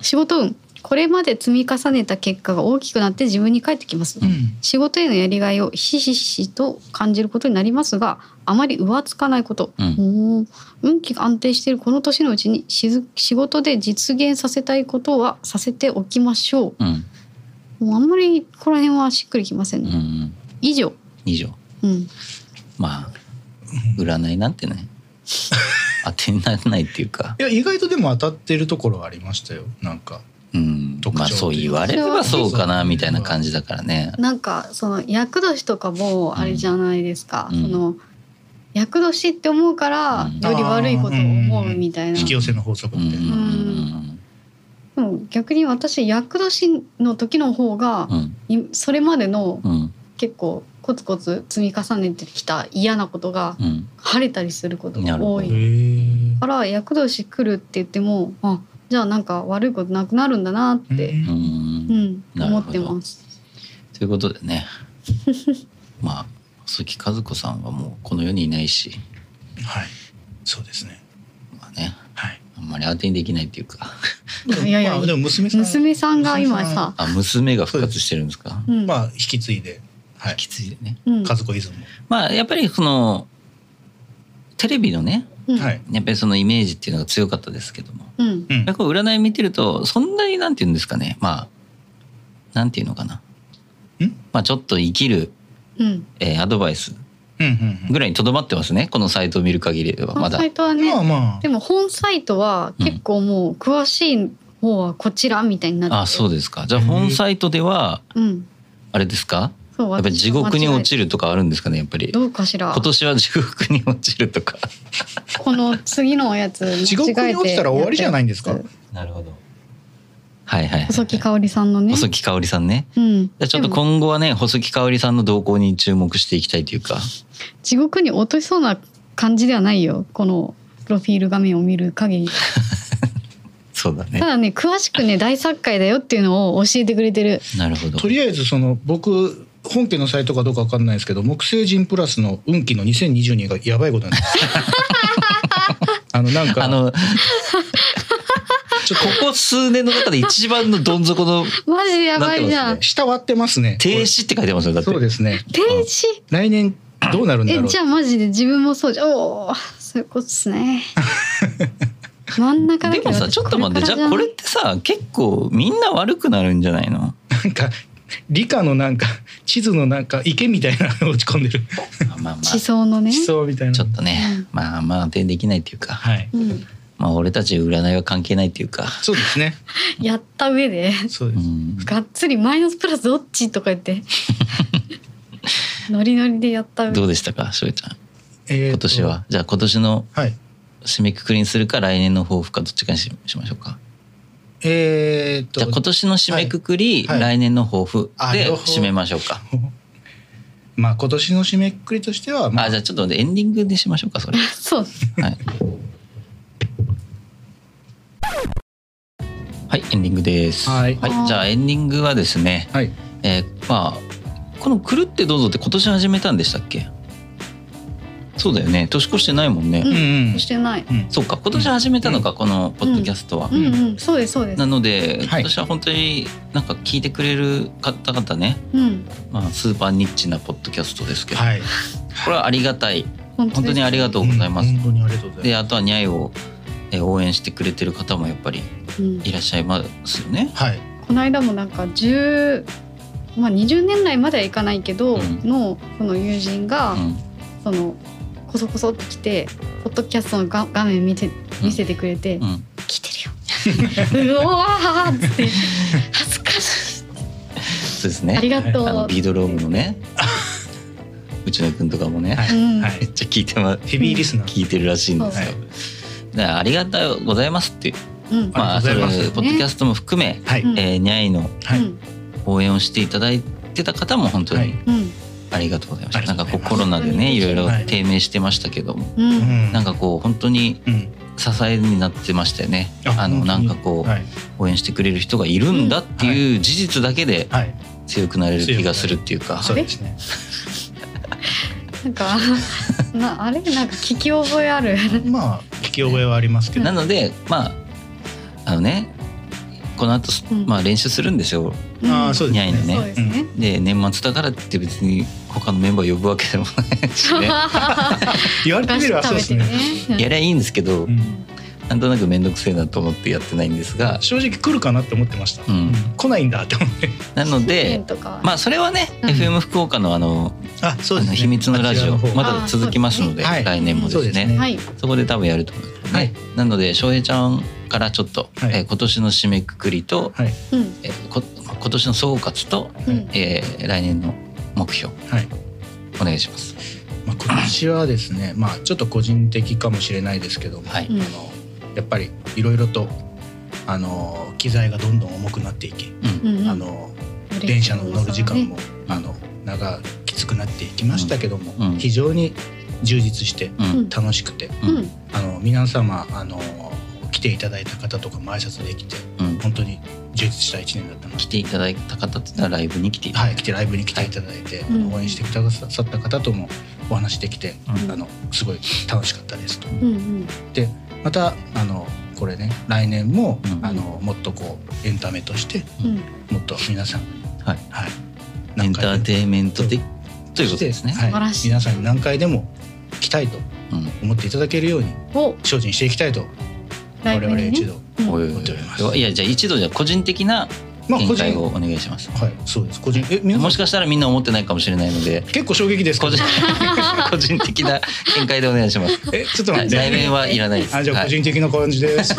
Speaker 2: 仕事運これまで積み重ねた結果が大きくなって自分に返ってきます、
Speaker 1: うん
Speaker 2: 仕事へのやりがいをひしひしと感じることになりますがあまり浮つかないこと、
Speaker 3: うん
Speaker 2: おー運気が安定しているこの年のうちにしず仕事で実現させたいことはさせておきましょ
Speaker 3: うん。
Speaker 2: うもうあんまりこの辺はしっくりきません
Speaker 3: う
Speaker 2: ね、
Speaker 3: ん。
Speaker 2: 以上、
Speaker 3: 以上。
Speaker 2: うん、
Speaker 3: まあ、占いなんて
Speaker 1: (laughs)
Speaker 3: ね。当てにならないっていうか。
Speaker 1: いや意外とでも当たってるところはありましたよ。なんか。
Speaker 3: うん。
Speaker 1: 特徴
Speaker 3: まあ、そう言われればそうかなみたいな感じだからね。
Speaker 2: なんかその厄年とかもあれじゃないですか、
Speaker 3: うん
Speaker 2: その厄年って思うから
Speaker 3: うん
Speaker 2: より悪いことを思うみたいな、
Speaker 1: 引き寄せの法則
Speaker 3: うん。う
Speaker 1: み
Speaker 3: ん
Speaker 1: たいな。
Speaker 2: でも逆に私厄年の時の方が
Speaker 3: う、ん。
Speaker 2: いそれまでの
Speaker 3: うん。
Speaker 2: 結構コツコツ積み重ねてきた嫌なことが
Speaker 3: うん。
Speaker 2: 晴れたりすること
Speaker 3: な
Speaker 2: が
Speaker 3: るほ
Speaker 2: 多
Speaker 3: ど
Speaker 2: い
Speaker 1: へ
Speaker 2: だ
Speaker 1: ー
Speaker 2: から厄年来るって言ってもあじゃあなんか悪いことなくなるんだなって、
Speaker 3: う。
Speaker 1: うん
Speaker 2: うんん
Speaker 3: なる
Speaker 2: 思
Speaker 3: ほ
Speaker 2: って
Speaker 3: ど
Speaker 2: ます。
Speaker 3: ということでね。まあ、細木和子さんはもうこの世にいないし、
Speaker 1: はい。そうですね。
Speaker 3: まあね、
Speaker 1: はい。
Speaker 3: あんまり当てにできないっていうか。
Speaker 2: いやいやいや
Speaker 1: まあでも娘さん。
Speaker 2: 娘さんが今さ、
Speaker 3: あ、娘が復活してるんですか。
Speaker 2: うん
Speaker 1: まあ引き継いで。はい。
Speaker 3: きついね。
Speaker 2: うん
Speaker 1: 和子イズム。
Speaker 3: まあやっぱりそのテレビのね
Speaker 2: うん
Speaker 1: はい。
Speaker 3: やっぱりそのイメージっていうのが強かったですけども
Speaker 2: うん
Speaker 1: うん
Speaker 3: やっぱり占い見てるとそんなになんて言うんですかねまあなんていうのかなまあちょっと生きる、
Speaker 2: うん、
Speaker 3: えーアドバイス
Speaker 1: うんうんうん
Speaker 3: ぐらいにとどまってますねこのサイトを見る限りでは
Speaker 2: こ
Speaker 3: ま
Speaker 2: の
Speaker 3: だ
Speaker 2: サ。イトはね、
Speaker 1: まあま
Speaker 2: でも本サイトは結構もう詳しい方はこちらみたいになってて
Speaker 3: あそうですかじゃあ本サイトでは
Speaker 2: うん、
Speaker 3: あれですか
Speaker 2: そう
Speaker 3: やっぱり地獄に落ちるとかあるんですかねやっぱり
Speaker 2: どうかしら
Speaker 3: 今年は地獄に落ちるとか。
Speaker 2: この次のやつ間違えて
Speaker 1: 地獄に落ちたら終わりじゃないんですか
Speaker 2: やったや
Speaker 3: なるほど。はいはいはい、はい。
Speaker 2: つ細木かおりさんのね
Speaker 3: 細木かおりさんね。
Speaker 2: うん
Speaker 3: じゃあちょっ
Speaker 2: で
Speaker 3: と
Speaker 2: も
Speaker 3: 今後はね細木かおりさんの動向に注目していきたいというか
Speaker 2: 地獄に落としそうな感じではないよこのプロフィール画面を見る限り
Speaker 3: そうだね
Speaker 2: ただね詳しく
Speaker 3: (laughs)
Speaker 2: ね大作界だよっていうのを教えてくれてる
Speaker 3: なるほど
Speaker 1: あ。とりあえずその僕本家のサイトかどうかわかんないですけど木星人プラスの運気の2022がやばいことになってます。あのなんか
Speaker 3: あ
Speaker 1: (laughs)
Speaker 3: のちょここ数年の中で一番のどん底の
Speaker 2: マジやばいじゃん。
Speaker 1: 下割ってますね。
Speaker 3: 停止って書いてますよだって
Speaker 1: そうですね。
Speaker 2: 停止。
Speaker 1: 来年どうなるんだろ
Speaker 2: え、
Speaker 1: う。
Speaker 2: じゃあマジで自分もそうじゃん。おお、そういうことっ
Speaker 3: (laughs)
Speaker 2: すね。真ん中だ
Speaker 3: で
Speaker 2: けど
Speaker 3: もさ
Speaker 2: 私
Speaker 3: ちょっと待って
Speaker 2: か
Speaker 3: じ
Speaker 2: ら
Speaker 3: ゃあこれっ
Speaker 2: ん
Speaker 3: てさ結構みんな悪くなるんじゃないの
Speaker 1: なんか理科のなんか地図のなんか池みたいなの落ち込んでる
Speaker 3: まあまあまあ
Speaker 2: 地
Speaker 3: ち
Speaker 2: 層のね。
Speaker 1: 地層みたいな。
Speaker 3: ょっとねまあまあ定できないっていうか
Speaker 1: はい。
Speaker 2: うん。
Speaker 3: まあ俺たち占いは関係ないっていうか
Speaker 1: そうですね。
Speaker 2: やった上で。
Speaker 1: そう
Speaker 3: う
Speaker 1: です。
Speaker 3: ん
Speaker 2: がっつりマイナスプラスどっちとか言って
Speaker 3: (laughs)
Speaker 2: ノリノリでやった
Speaker 3: どうでしたかしょうちゃん
Speaker 1: えーと
Speaker 3: 今年。はじゃあ今年の
Speaker 1: はい。
Speaker 3: 締めくくりにするか来年の抱負かどっちかにししましょうか
Speaker 1: えーっと。
Speaker 3: じゃあ今年の締めくくり、
Speaker 1: はいはい
Speaker 3: 来年の抱負
Speaker 1: あ
Speaker 3: で
Speaker 1: 両方
Speaker 3: 締めましょうか
Speaker 1: まあ今年の締めくくりとしては、まあ、
Speaker 3: あじゃあちょっとエンディングでしましょうかそれ、
Speaker 1: (laughs)
Speaker 2: そう
Speaker 3: はい、はいエンディングです
Speaker 1: はい
Speaker 3: じゃあエンディングはですね、
Speaker 1: はい。
Speaker 3: えーまあこの「くるってどうぞ」って今年始めたんでしたっけそうだよね年越してないもんね、
Speaker 2: うん
Speaker 1: ん
Speaker 2: してない
Speaker 3: そうか今年始めたのか、このポッドキャストは、
Speaker 2: うんうんそうですそうです
Speaker 3: なので、
Speaker 1: はい
Speaker 3: 私は本当になんか聞いてくれる方々ね、
Speaker 2: うん
Speaker 3: まあ、スーパーニッチなポッドキャストですけど、
Speaker 1: はい。
Speaker 3: これはありがたい
Speaker 2: 本
Speaker 3: 本当にありがとうございます、
Speaker 1: うん本当にありがとうござい
Speaker 3: で
Speaker 1: ま
Speaker 3: あとはニャイをえー応援してくれてる方もやっぱり
Speaker 2: す、うん
Speaker 3: いらっしゃいますよね。
Speaker 1: す。はい。
Speaker 2: この間もなんか10まあ20年来まではいかないけど、
Speaker 3: うん
Speaker 2: のこの友人が、
Speaker 3: うん
Speaker 2: そのこそこそって来てポッドキャストの画画面見て見せてくれて、
Speaker 3: うん、
Speaker 2: 聞いてるようわーっつ
Speaker 3: (laughs)
Speaker 2: って恥ずかしい
Speaker 3: そうです
Speaker 2: あり
Speaker 3: ね
Speaker 2: がとう、
Speaker 3: あのビードロームの
Speaker 2: (laughs)
Speaker 3: ねうちのくんとかもね、
Speaker 1: は
Speaker 2: うん
Speaker 1: い。は
Speaker 3: め
Speaker 1: い。
Speaker 3: っちゃ聞いてま
Speaker 1: ヘビーリスナー。
Speaker 3: 聞いてるらしいんですよ。
Speaker 1: はい
Speaker 3: だからありがとうございますって
Speaker 2: うん
Speaker 1: ありがとうございます
Speaker 3: それポッドキャストも含め、
Speaker 1: はい。
Speaker 2: うん
Speaker 3: えー、ニャイの
Speaker 1: は
Speaker 2: う
Speaker 1: い。
Speaker 2: ん
Speaker 3: 応援をしていただいてた方も本当
Speaker 1: はい
Speaker 3: に
Speaker 2: うん
Speaker 3: ありがとうございました、
Speaker 1: あり
Speaker 3: な
Speaker 1: が
Speaker 3: ん
Speaker 1: と
Speaker 3: か
Speaker 1: うご
Speaker 3: こ
Speaker 1: ざ
Speaker 3: う
Speaker 1: います
Speaker 3: コロナでねいろいろ
Speaker 1: はい
Speaker 3: 低迷してましたけども、
Speaker 2: うん
Speaker 1: うん
Speaker 3: なんかこう本当に
Speaker 1: うん。
Speaker 3: 支えになってましたよねあのなんかこう、
Speaker 1: はい。
Speaker 3: 応援してくれる人がいるんだっていう事実だけで
Speaker 1: はい。
Speaker 3: 強くなれる気がするっていうか、
Speaker 1: そうですね。
Speaker 2: なんかなあれなんか聞き覚えある。
Speaker 1: まあ聞き覚えはありますけど
Speaker 3: な。のでまああのねこの後す
Speaker 2: うん
Speaker 3: まあ練習するんですよ
Speaker 1: ああそううです
Speaker 3: ニャイの
Speaker 2: ん
Speaker 3: ね
Speaker 2: そうですね。
Speaker 3: で年末だからって別に他のメンバー呼ぶわけでもないし
Speaker 2: (laughs)
Speaker 3: ね
Speaker 1: 言われてみればそうですね。
Speaker 3: やりゃいいんですけど、
Speaker 1: うん
Speaker 3: なんとなく面倒くせえなと思ってやってないんですが
Speaker 1: 正直来るかなって思ってました。
Speaker 3: うん
Speaker 1: 来ないんだって思って。
Speaker 3: なの
Speaker 2: で
Speaker 3: で、ま
Speaker 2: あ
Speaker 3: あそれはね、
Speaker 2: うん
Speaker 3: FM 福岡のあの,、
Speaker 1: あ、そ
Speaker 3: あの秘密のラジオまだ続きますので、
Speaker 1: あそうですね
Speaker 3: 来年もです
Speaker 1: そうです
Speaker 3: ね
Speaker 1: ね
Speaker 2: はい
Speaker 3: そこで多分やると思います、
Speaker 1: はい
Speaker 3: なので翔平ちゃんからちょっと、
Speaker 1: はい
Speaker 3: えー今年の締めくくりと、
Speaker 1: はい。
Speaker 2: うん
Speaker 3: えーこ今年の総括と、
Speaker 2: うん
Speaker 3: えー来年の目標
Speaker 1: はい。
Speaker 3: お願いします。
Speaker 1: まあ、今年はですね、まあ、ちょっと個人的かもしれないですけども、
Speaker 3: はい、
Speaker 2: うん
Speaker 1: あのやっぱりいろいろとあの機材がどんどん重くなっていき、
Speaker 3: うん
Speaker 2: うんうん
Speaker 1: あの電車の乗る時間も、あの長きつくなっていきましたけども、
Speaker 3: うん
Speaker 1: 非常に充実して
Speaker 3: うん
Speaker 2: うん
Speaker 1: 楽しくて、
Speaker 2: う
Speaker 3: うんん
Speaker 1: あの皆様あの来ていただいた方とかも挨拶できて
Speaker 3: うん
Speaker 1: 本当に充実した一年だったな
Speaker 3: 来ていただいた方っていうのはライブに来ていただ
Speaker 1: はい、来てライブに来ていただいて、
Speaker 2: いうん
Speaker 1: 応援してくださった方ともお話できて、
Speaker 2: うん
Speaker 1: あのすごい楽しかったですと。
Speaker 2: うんうん
Speaker 1: でまたあのこれね来年も、
Speaker 3: うん
Speaker 1: あのもっとこうエンタメとして
Speaker 2: うん
Speaker 1: もっと皆さん
Speaker 3: はい、
Speaker 1: はい
Speaker 3: エンターテインメント的という
Speaker 1: そ
Speaker 3: こと
Speaker 1: して
Speaker 3: ですね。
Speaker 1: はい
Speaker 2: 素晴らしい
Speaker 1: 皆さんに何回でも来たいと
Speaker 3: うん
Speaker 1: 思っていただけるように
Speaker 2: を
Speaker 1: 精進していきたいと
Speaker 2: ライブ
Speaker 1: 我
Speaker 2: に
Speaker 1: 々
Speaker 2: ね
Speaker 1: 一度、
Speaker 2: うん
Speaker 3: おい
Speaker 1: 思っております
Speaker 3: おいいやじゃあ一度じゃあ個人的な
Speaker 1: まあ個
Speaker 3: 見
Speaker 1: 人
Speaker 3: 解をお願いします。
Speaker 1: はいそうです個人え皆さん
Speaker 3: もしかしたらみんな思ってないかもしれないので
Speaker 1: 結構衝撃ですけ
Speaker 3: 個
Speaker 1: ど
Speaker 3: 人個人 (laughs) 的な見解でお願いします。
Speaker 1: えちょっと
Speaker 3: は
Speaker 1: 待っ
Speaker 3: い
Speaker 1: て、
Speaker 3: 来年はいらないです。
Speaker 1: あじゃあ
Speaker 3: は
Speaker 1: 個
Speaker 3: い
Speaker 1: 人的な感
Speaker 3: (laughs)
Speaker 1: じです、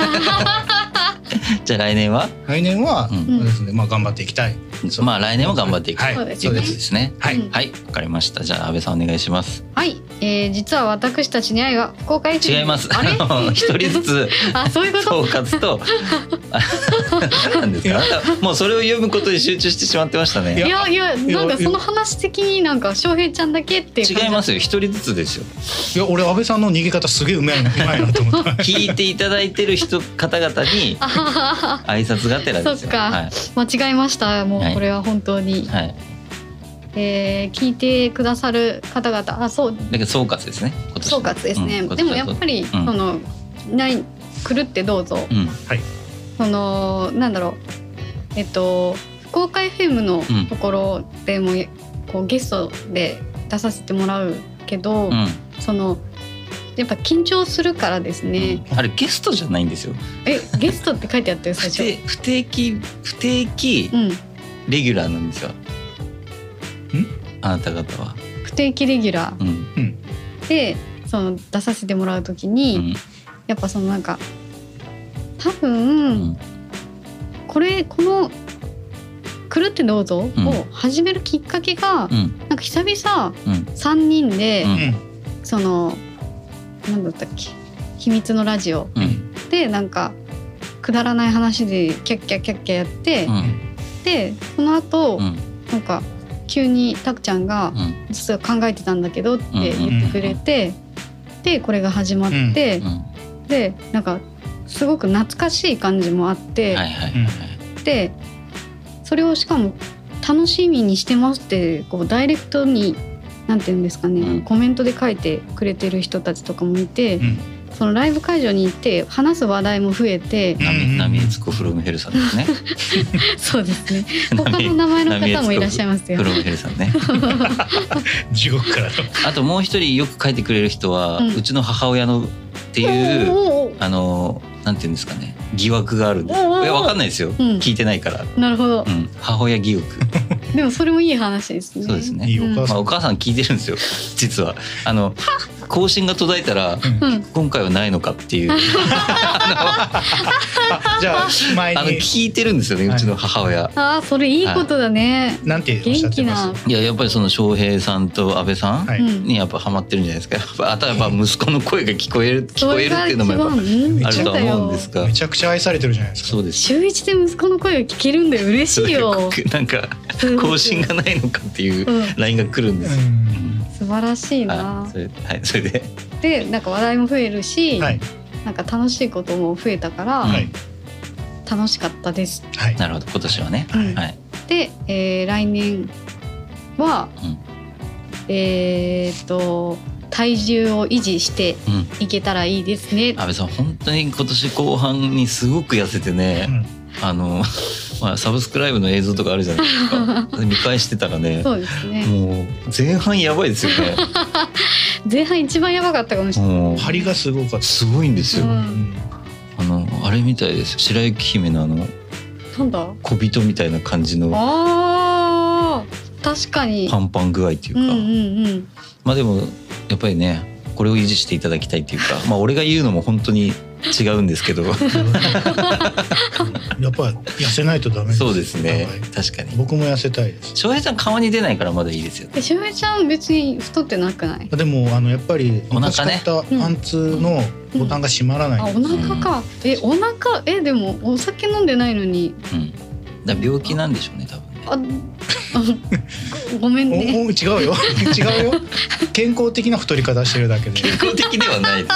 Speaker 3: じゃあ来年は、
Speaker 1: 来年は、
Speaker 3: うん
Speaker 1: そうですねまあ頑張っていきたいそう
Speaker 3: まあ来年も頑張っていく
Speaker 1: はい
Speaker 2: そう
Speaker 3: と
Speaker 2: で
Speaker 3: い
Speaker 2: す
Speaker 3: う
Speaker 2: ね
Speaker 3: ことですね。
Speaker 1: はい、
Speaker 2: うん
Speaker 3: はい、わかりました。じゃあ安倍さんお願いします。
Speaker 2: はいえー実は私たちに愛は福岡 FM
Speaker 3: 違います。
Speaker 2: あれ (laughs)
Speaker 3: 一人ずつ
Speaker 2: あそういうこと
Speaker 3: 総括
Speaker 2: (laughs)
Speaker 3: と、あ何なんですか。あなたもうそれを読むことに集中してしまってました
Speaker 1: い
Speaker 2: い
Speaker 1: や
Speaker 3: ね。
Speaker 2: やいやなんかその話的になんか翔平ちゃんだけっていう感じ
Speaker 3: 違いますよ。一人ずつですよ。
Speaker 1: いや俺安倍さんの逃げ方すげえうまいなうまいなと思った
Speaker 3: 聞いていただいてる人方々に
Speaker 2: (laughs) あははは
Speaker 3: 挨拶がてらです
Speaker 2: そ
Speaker 3: よ。
Speaker 2: っか
Speaker 3: はい。
Speaker 2: (laughs) 間違えましたも
Speaker 3: は
Speaker 2: う
Speaker 3: い
Speaker 2: これは本当に、
Speaker 3: はい。
Speaker 2: えー聞いてくださる方々あそう
Speaker 3: だけど総括ですね。今年の
Speaker 2: 総括ですね、
Speaker 3: うん
Speaker 2: でもやっぱり、
Speaker 3: うん
Speaker 2: そのないくるってどうぞ、
Speaker 3: うん
Speaker 2: そのなんだろうえっと福岡 FM の
Speaker 3: ん
Speaker 2: ところでも、こうゲストで出させてもらうけど、
Speaker 3: うん
Speaker 2: そのやっぱ緊張するからですね、
Speaker 3: あれゲストじゃないんですよ
Speaker 2: えゲストって書いて
Speaker 3: (laughs)
Speaker 2: あったよ最
Speaker 3: 不
Speaker 2: 初
Speaker 3: 定不定期不定期
Speaker 2: うん
Speaker 3: レギュラーなんですよあなた方は
Speaker 2: 不定期レギュラ
Speaker 3: うん
Speaker 2: ーでその出させてもらう時
Speaker 3: う
Speaker 2: に、
Speaker 3: ん
Speaker 2: やっぱそのなんか多
Speaker 3: う
Speaker 2: 分、
Speaker 3: ん
Speaker 2: これこの「くるってどうぞ」
Speaker 3: うん
Speaker 2: を始めるきっかけが、
Speaker 3: うん
Speaker 2: なんか久々
Speaker 3: うん
Speaker 2: 3人で、
Speaker 3: うん
Speaker 1: うん
Speaker 2: その何だったっけ「秘密のラジオ
Speaker 3: うん」
Speaker 2: でなんかくだらない話でキャッキャキャッキャやって、
Speaker 3: うん
Speaker 2: でその後、
Speaker 3: うん
Speaker 2: なんか急にたくちゃんが
Speaker 3: うん
Speaker 2: 「実は考えてたんだけど」って言ってくれて、でこれが始まって、
Speaker 3: うん
Speaker 2: でなんかすごく懐かしい感じもあって。
Speaker 3: はいはいはいはい
Speaker 2: ってそれをしかも楽しみにしてますってこうダイレクトになんて言うんですかね、
Speaker 3: うん
Speaker 2: コメントで書いてくれてる人たちとかもいて、
Speaker 1: うん
Speaker 2: そのライブ会場に行って話す話題も増
Speaker 3: (laughs)
Speaker 2: えて、
Speaker 1: うん
Speaker 3: 波波悦子フロムヘルさんです
Speaker 2: (laughs)
Speaker 3: ね
Speaker 2: そうですね
Speaker 3: (laughs)
Speaker 2: 他 (laughs)
Speaker 3: 波
Speaker 2: の名前の方もいらっしゃいますよ
Speaker 3: フ。ロムヘルさんね
Speaker 1: 地獄からの
Speaker 3: あともう一人よく書いてくれる人は、う
Speaker 2: うん
Speaker 3: ちの母親のって
Speaker 2: お
Speaker 3: いう、
Speaker 2: ーおー
Speaker 3: あのなんていうんですかね疑惑があるんですい
Speaker 2: おうおうおう
Speaker 3: やわかんないですよ、
Speaker 2: ん
Speaker 3: 聞いてないから、
Speaker 2: なるほど
Speaker 3: う、ん、母親疑惑
Speaker 2: でもそれもいい話ですね。
Speaker 3: そうですね
Speaker 1: いいお母
Speaker 3: ま
Speaker 1: さ
Speaker 3: あ、
Speaker 1: ん。
Speaker 3: お母さん聞いてるんですよ実はあの更新が途絶えたら
Speaker 2: うん、
Speaker 3: 今回はないのかっていう
Speaker 1: じゃあ前
Speaker 3: あの
Speaker 1: に
Speaker 3: 聞いてるんですよねうちの母親、
Speaker 2: ああそれいいことだね。
Speaker 1: なんておっしゃってます
Speaker 2: 元。
Speaker 3: い、ややっぱりその翔平さんと安倍さん
Speaker 1: はい。
Speaker 2: うん
Speaker 3: にやっぱハマってるんじゃないですかやっぱあとはやっぱ息子の声が聞こえる聞こえるっていうのもやっぱ
Speaker 1: 一番
Speaker 3: あ
Speaker 2: あ
Speaker 3: るとは思うんですが
Speaker 1: めちゃくちゃ愛されてるじゃないです
Speaker 3: そ
Speaker 1: か。
Speaker 3: うです
Speaker 2: 週一で息子の声を聞けるんだよ嬉しいよ。
Speaker 3: なんか更新がないのかっていう
Speaker 2: うん
Speaker 3: ラインが来るんですよ。
Speaker 1: う
Speaker 2: 素晴らしいな
Speaker 3: はい、。それはい、それで、
Speaker 2: でなんか話題も増えるし、
Speaker 1: ん。はい
Speaker 2: なんか楽しいことも増えたから、
Speaker 3: うん
Speaker 1: はい
Speaker 2: 楽しかったです。
Speaker 1: はい。
Speaker 3: なるほど、今年はね、
Speaker 2: うん
Speaker 3: はい、
Speaker 2: で、えー来年は、
Speaker 3: うん
Speaker 2: えーっと体重を維持して
Speaker 3: うん、
Speaker 2: いけたらいいですね。
Speaker 3: 安倍さん、本当に今年後半にすごく痩せてね、あの。 (laughs) まあ、サブスクライブの映像とかあるじゃないですか、見返してたらね、
Speaker 2: そうですね。
Speaker 3: もう前半やばいですよ
Speaker 2: (laughs)
Speaker 3: ね。
Speaker 2: 前半一番やばかったかもしれない。
Speaker 3: も
Speaker 1: うん。
Speaker 3: う
Speaker 1: 張りがすごかっ
Speaker 3: すごいんですよ。
Speaker 2: うん
Speaker 1: た。
Speaker 3: あの、あれみたいですよ、白雪姫のあの
Speaker 2: なんだ？
Speaker 3: 小人みたいな感じの
Speaker 2: あー確かに
Speaker 3: パ。ンパン具合っていう
Speaker 2: う
Speaker 3: か。
Speaker 2: んうんうん。
Speaker 3: まあでもやっぱりねこれを維持していただきたい
Speaker 2: (laughs)
Speaker 3: っていうかまあ俺が言うのも本当に違うんですけど
Speaker 1: やっぱ痩せないとダメです。
Speaker 3: そうですね
Speaker 1: はい
Speaker 3: 確かに
Speaker 1: 僕も痩せたいです。
Speaker 3: 翔平ちゃん顔に出ないからまだいいですよ
Speaker 2: えしおりちゃん別に太ってなくない？
Speaker 1: でもあのやっぱり
Speaker 3: お
Speaker 1: 昔
Speaker 3: 腹
Speaker 1: 買
Speaker 3: ね
Speaker 1: ったパンツのボタンが閉まら
Speaker 2: あ
Speaker 1: ない
Speaker 2: お。腹か。えお腹えでもお酒飲んでないのに
Speaker 3: うんだから病気なんでしょうね多
Speaker 2: (laughs)
Speaker 3: 分ね
Speaker 2: あ、ごごめん
Speaker 1: おお
Speaker 2: ね。
Speaker 1: 違うよ (laughs) 違うよ健康的な太り方してるだ
Speaker 2: (laughs)
Speaker 1: けで
Speaker 3: 健康的ではないです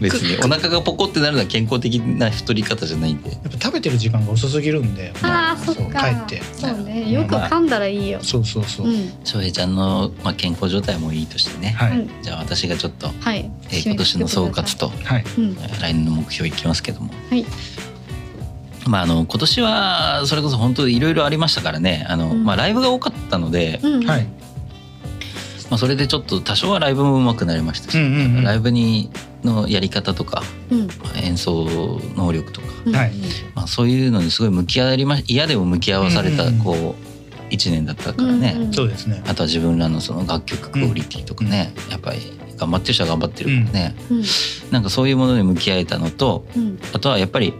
Speaker 3: 別にお腹がポコってなるのは健康的な太り方じゃないんで
Speaker 1: やっぱ食べてる時間が遅すぎるんで
Speaker 2: あー、
Speaker 1: そ
Speaker 2: そうっか。
Speaker 1: 帰って
Speaker 2: そうね、よく噛んだらいいよ。
Speaker 1: そうそうそうう、
Speaker 2: ん、
Speaker 3: 翔平ちゃんの、まあ、健康状態もいいとしてね、
Speaker 1: は
Speaker 2: う
Speaker 1: い
Speaker 2: ん
Speaker 3: じゃあ私がちょっと、
Speaker 2: はい。
Speaker 3: えー今年の総括と
Speaker 1: はい
Speaker 2: うん。
Speaker 3: えー来年の目標いきますけども
Speaker 2: はい。
Speaker 3: まああの今年はそれこそ本当いろいろありましたからねあの、
Speaker 2: うん
Speaker 3: まあ、ライブが多かったので、
Speaker 2: うん。
Speaker 1: はい。
Speaker 3: まあ、それでちょっと多少はライブも上手くなりましたし、
Speaker 1: うんうんうん
Speaker 3: ライブにのやり方とか
Speaker 2: うん。
Speaker 3: まあ演奏能力とか、
Speaker 2: うん
Speaker 1: はい。
Speaker 3: まあ、そういうのにすごい向き合いま嫌でも向き合わされ
Speaker 1: うん
Speaker 3: た
Speaker 1: うんうん
Speaker 3: こう1年だったからね、
Speaker 2: うんうん
Speaker 1: そうですね
Speaker 3: あとは自分らのその楽曲クオリティとかね、やっぱり頑張ってる人は頑張ってるからね、
Speaker 2: うん。
Speaker 3: なんかそういうものに向き合えたのと
Speaker 2: うん。
Speaker 3: あとはやっぱり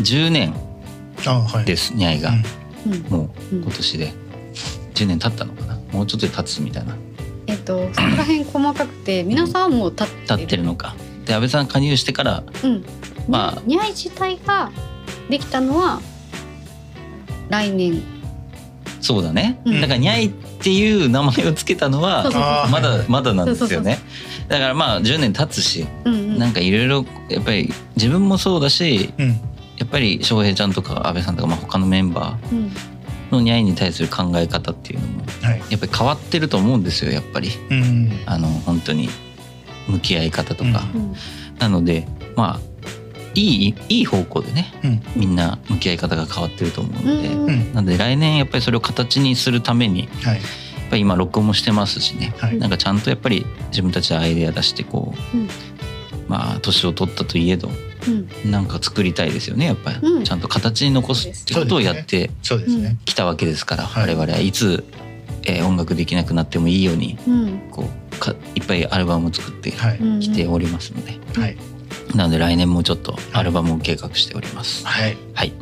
Speaker 3: 10年
Speaker 1: あはい
Speaker 3: ですにゃいが、
Speaker 1: うん
Speaker 2: うん。
Speaker 3: もう
Speaker 2: うん
Speaker 3: 今年で10年経ったのかなもうちょっとで経つみたいな
Speaker 2: えっと、そこら辺細かくて、皆さんはもう立ってる。
Speaker 3: 経ってるのか。で安倍さん加入してから
Speaker 2: うん。
Speaker 3: まあ
Speaker 2: にゃい自体ができたのは来年。
Speaker 3: そうだね、
Speaker 2: うん
Speaker 3: だからニャイっていう名前をつけたのは
Speaker 2: そうそう
Speaker 1: あー
Speaker 3: ま
Speaker 1: はい
Speaker 3: だ
Speaker 1: はい
Speaker 3: まだなんです
Speaker 2: そ
Speaker 3: よ
Speaker 2: うそう
Speaker 3: ねだからまあ10年経つし
Speaker 2: うんうん。
Speaker 3: なんかいろいろやっぱり自分もそうだし
Speaker 1: うん
Speaker 3: やっぱり翔平ちゃんとか安倍さんとかまあ他のメンバー
Speaker 2: うん。
Speaker 3: のニャイに対する考え方っていうのも
Speaker 1: はい
Speaker 3: やっぱり変わってると思うんですよやっぱり
Speaker 1: うん
Speaker 3: あの本当に向き合い方とか、
Speaker 2: うん。
Speaker 3: なのでまあいいいい方向でね
Speaker 1: うん
Speaker 3: みんな向き合い方が変わってると思うので、
Speaker 2: うん
Speaker 1: うん
Speaker 3: なんで来年やっぱりそれを形にするために
Speaker 1: はい
Speaker 3: やっぱり今録音もしてますしね、
Speaker 1: はい
Speaker 3: なんかちゃんとやっぱり自分たちでアイデア出してこう、
Speaker 2: うん
Speaker 3: まあ年を取ったといえど
Speaker 2: うん
Speaker 3: なんか作りたいですよねやっぱり、
Speaker 2: うん
Speaker 3: ちゃんと形に残すってことをやって
Speaker 1: そうですね、
Speaker 3: きたわけですから、
Speaker 1: はい
Speaker 3: 我々はいつ、えー音楽できなくなってもいいように
Speaker 2: うん
Speaker 3: こうかいっぱいアルバムを作って
Speaker 1: はい
Speaker 2: うん
Speaker 3: きておりますので、
Speaker 1: はい
Speaker 3: なので来年もちょっとアルバムを計画しております。
Speaker 1: はい
Speaker 3: はい、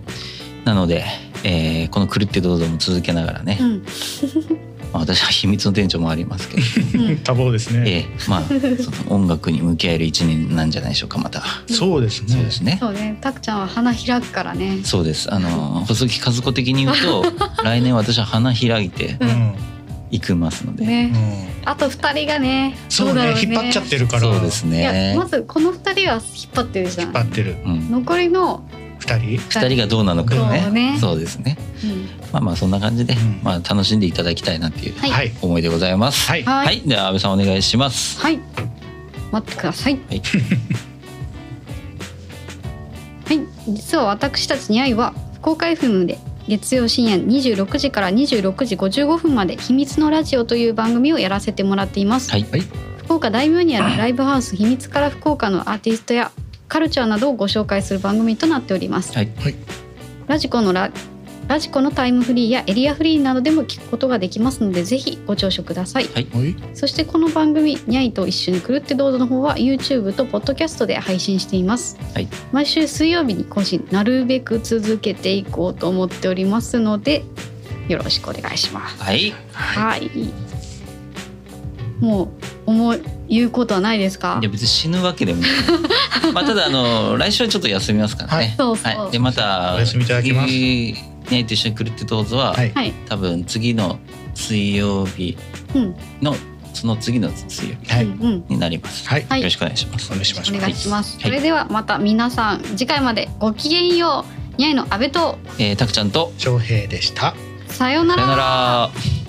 Speaker 3: なので、えーこの「狂ってどうぞ」も続けながらね、
Speaker 2: うん
Speaker 3: まあ私は秘密の店長もあります
Speaker 2: (laughs)
Speaker 3: けど、
Speaker 2: うん
Speaker 1: 多忙ですね、
Speaker 3: えー
Speaker 2: (laughs)
Speaker 3: まあその音楽に向き合える一年なんじゃないでしょうかまた。
Speaker 1: そうですね
Speaker 3: そうですね
Speaker 2: そうねたくちゃんは花開くからね
Speaker 3: そうですあの細木和子的に言う
Speaker 2: (laughs)
Speaker 3: と来年私は花開いて
Speaker 1: うん、うん
Speaker 3: いきますので、
Speaker 2: ねあと二人がね
Speaker 1: そう
Speaker 2: どだ
Speaker 1: ね
Speaker 2: ろ
Speaker 1: 引っ張っちゃってるから
Speaker 3: そうです
Speaker 2: いや
Speaker 3: ね
Speaker 2: まずこの二人は引っ張ってるじゃ
Speaker 1: 引っ
Speaker 2: ん
Speaker 1: 張ってる
Speaker 3: うん、
Speaker 2: 残りの
Speaker 1: 二人
Speaker 3: 2人がどうなのか
Speaker 2: そ
Speaker 3: ね
Speaker 2: うね
Speaker 3: そうですね
Speaker 2: うん
Speaker 3: まあまあそんな感じで、
Speaker 1: うん
Speaker 3: まあ、楽しんでいただきたいなっていう
Speaker 2: はい
Speaker 1: はい
Speaker 3: 思いでございます。
Speaker 1: はい
Speaker 2: はい
Speaker 3: はい、では安倍さんお願いします。
Speaker 2: はい。待ってください。
Speaker 3: はい
Speaker 2: (laughs) はい実は私たちに愛は福岡 FM で月曜深夜26時から26時55分まで秘密のラジオという番組をやらせてもらっています。
Speaker 3: はい、
Speaker 2: 福岡大名にあるライブハウス秘密から福岡のアーティストやカルチャーなどをご紹介する番組となっております。
Speaker 3: はい
Speaker 1: はい
Speaker 2: ラジコのララジコのタイムフリーやエリアフリーなどでも聞くことができますのでぜひご聴取ください。
Speaker 1: はい
Speaker 2: そしてこの番組「ニャイと一緒に狂ってどうぞ」の方は YouTube と Podcast で配信しています、
Speaker 3: はい
Speaker 2: 毎週水曜日に更新なるべく続けていこうと思っておりますのでよろしくお願いします
Speaker 3: はい、
Speaker 1: は
Speaker 2: はい、もう思う言うことはないですか
Speaker 3: いや別に死ぬわけでもない (laughs) まあただあの来週はちょっと休みますからね。
Speaker 2: そうそう、
Speaker 3: はい、でまた
Speaker 1: お休みいただきます
Speaker 3: 次ねと一緒に来るってどうぞは、
Speaker 1: はい
Speaker 2: はい
Speaker 3: 多分次の水曜日
Speaker 2: うん
Speaker 3: のその次の水曜日
Speaker 1: いは
Speaker 2: う
Speaker 1: い
Speaker 2: んうん
Speaker 3: になります。
Speaker 1: はい
Speaker 2: はい
Speaker 3: よろしくお願いします。
Speaker 1: お願いしましょ
Speaker 2: お
Speaker 1: う
Speaker 2: 願いします、
Speaker 3: はい
Speaker 2: それではまた皆さん次回までごきげんようニャイの阿部と
Speaker 3: えー、たくちゃんと
Speaker 1: 翔平でした
Speaker 2: さような
Speaker 3: さよ
Speaker 2: ら
Speaker 3: なら。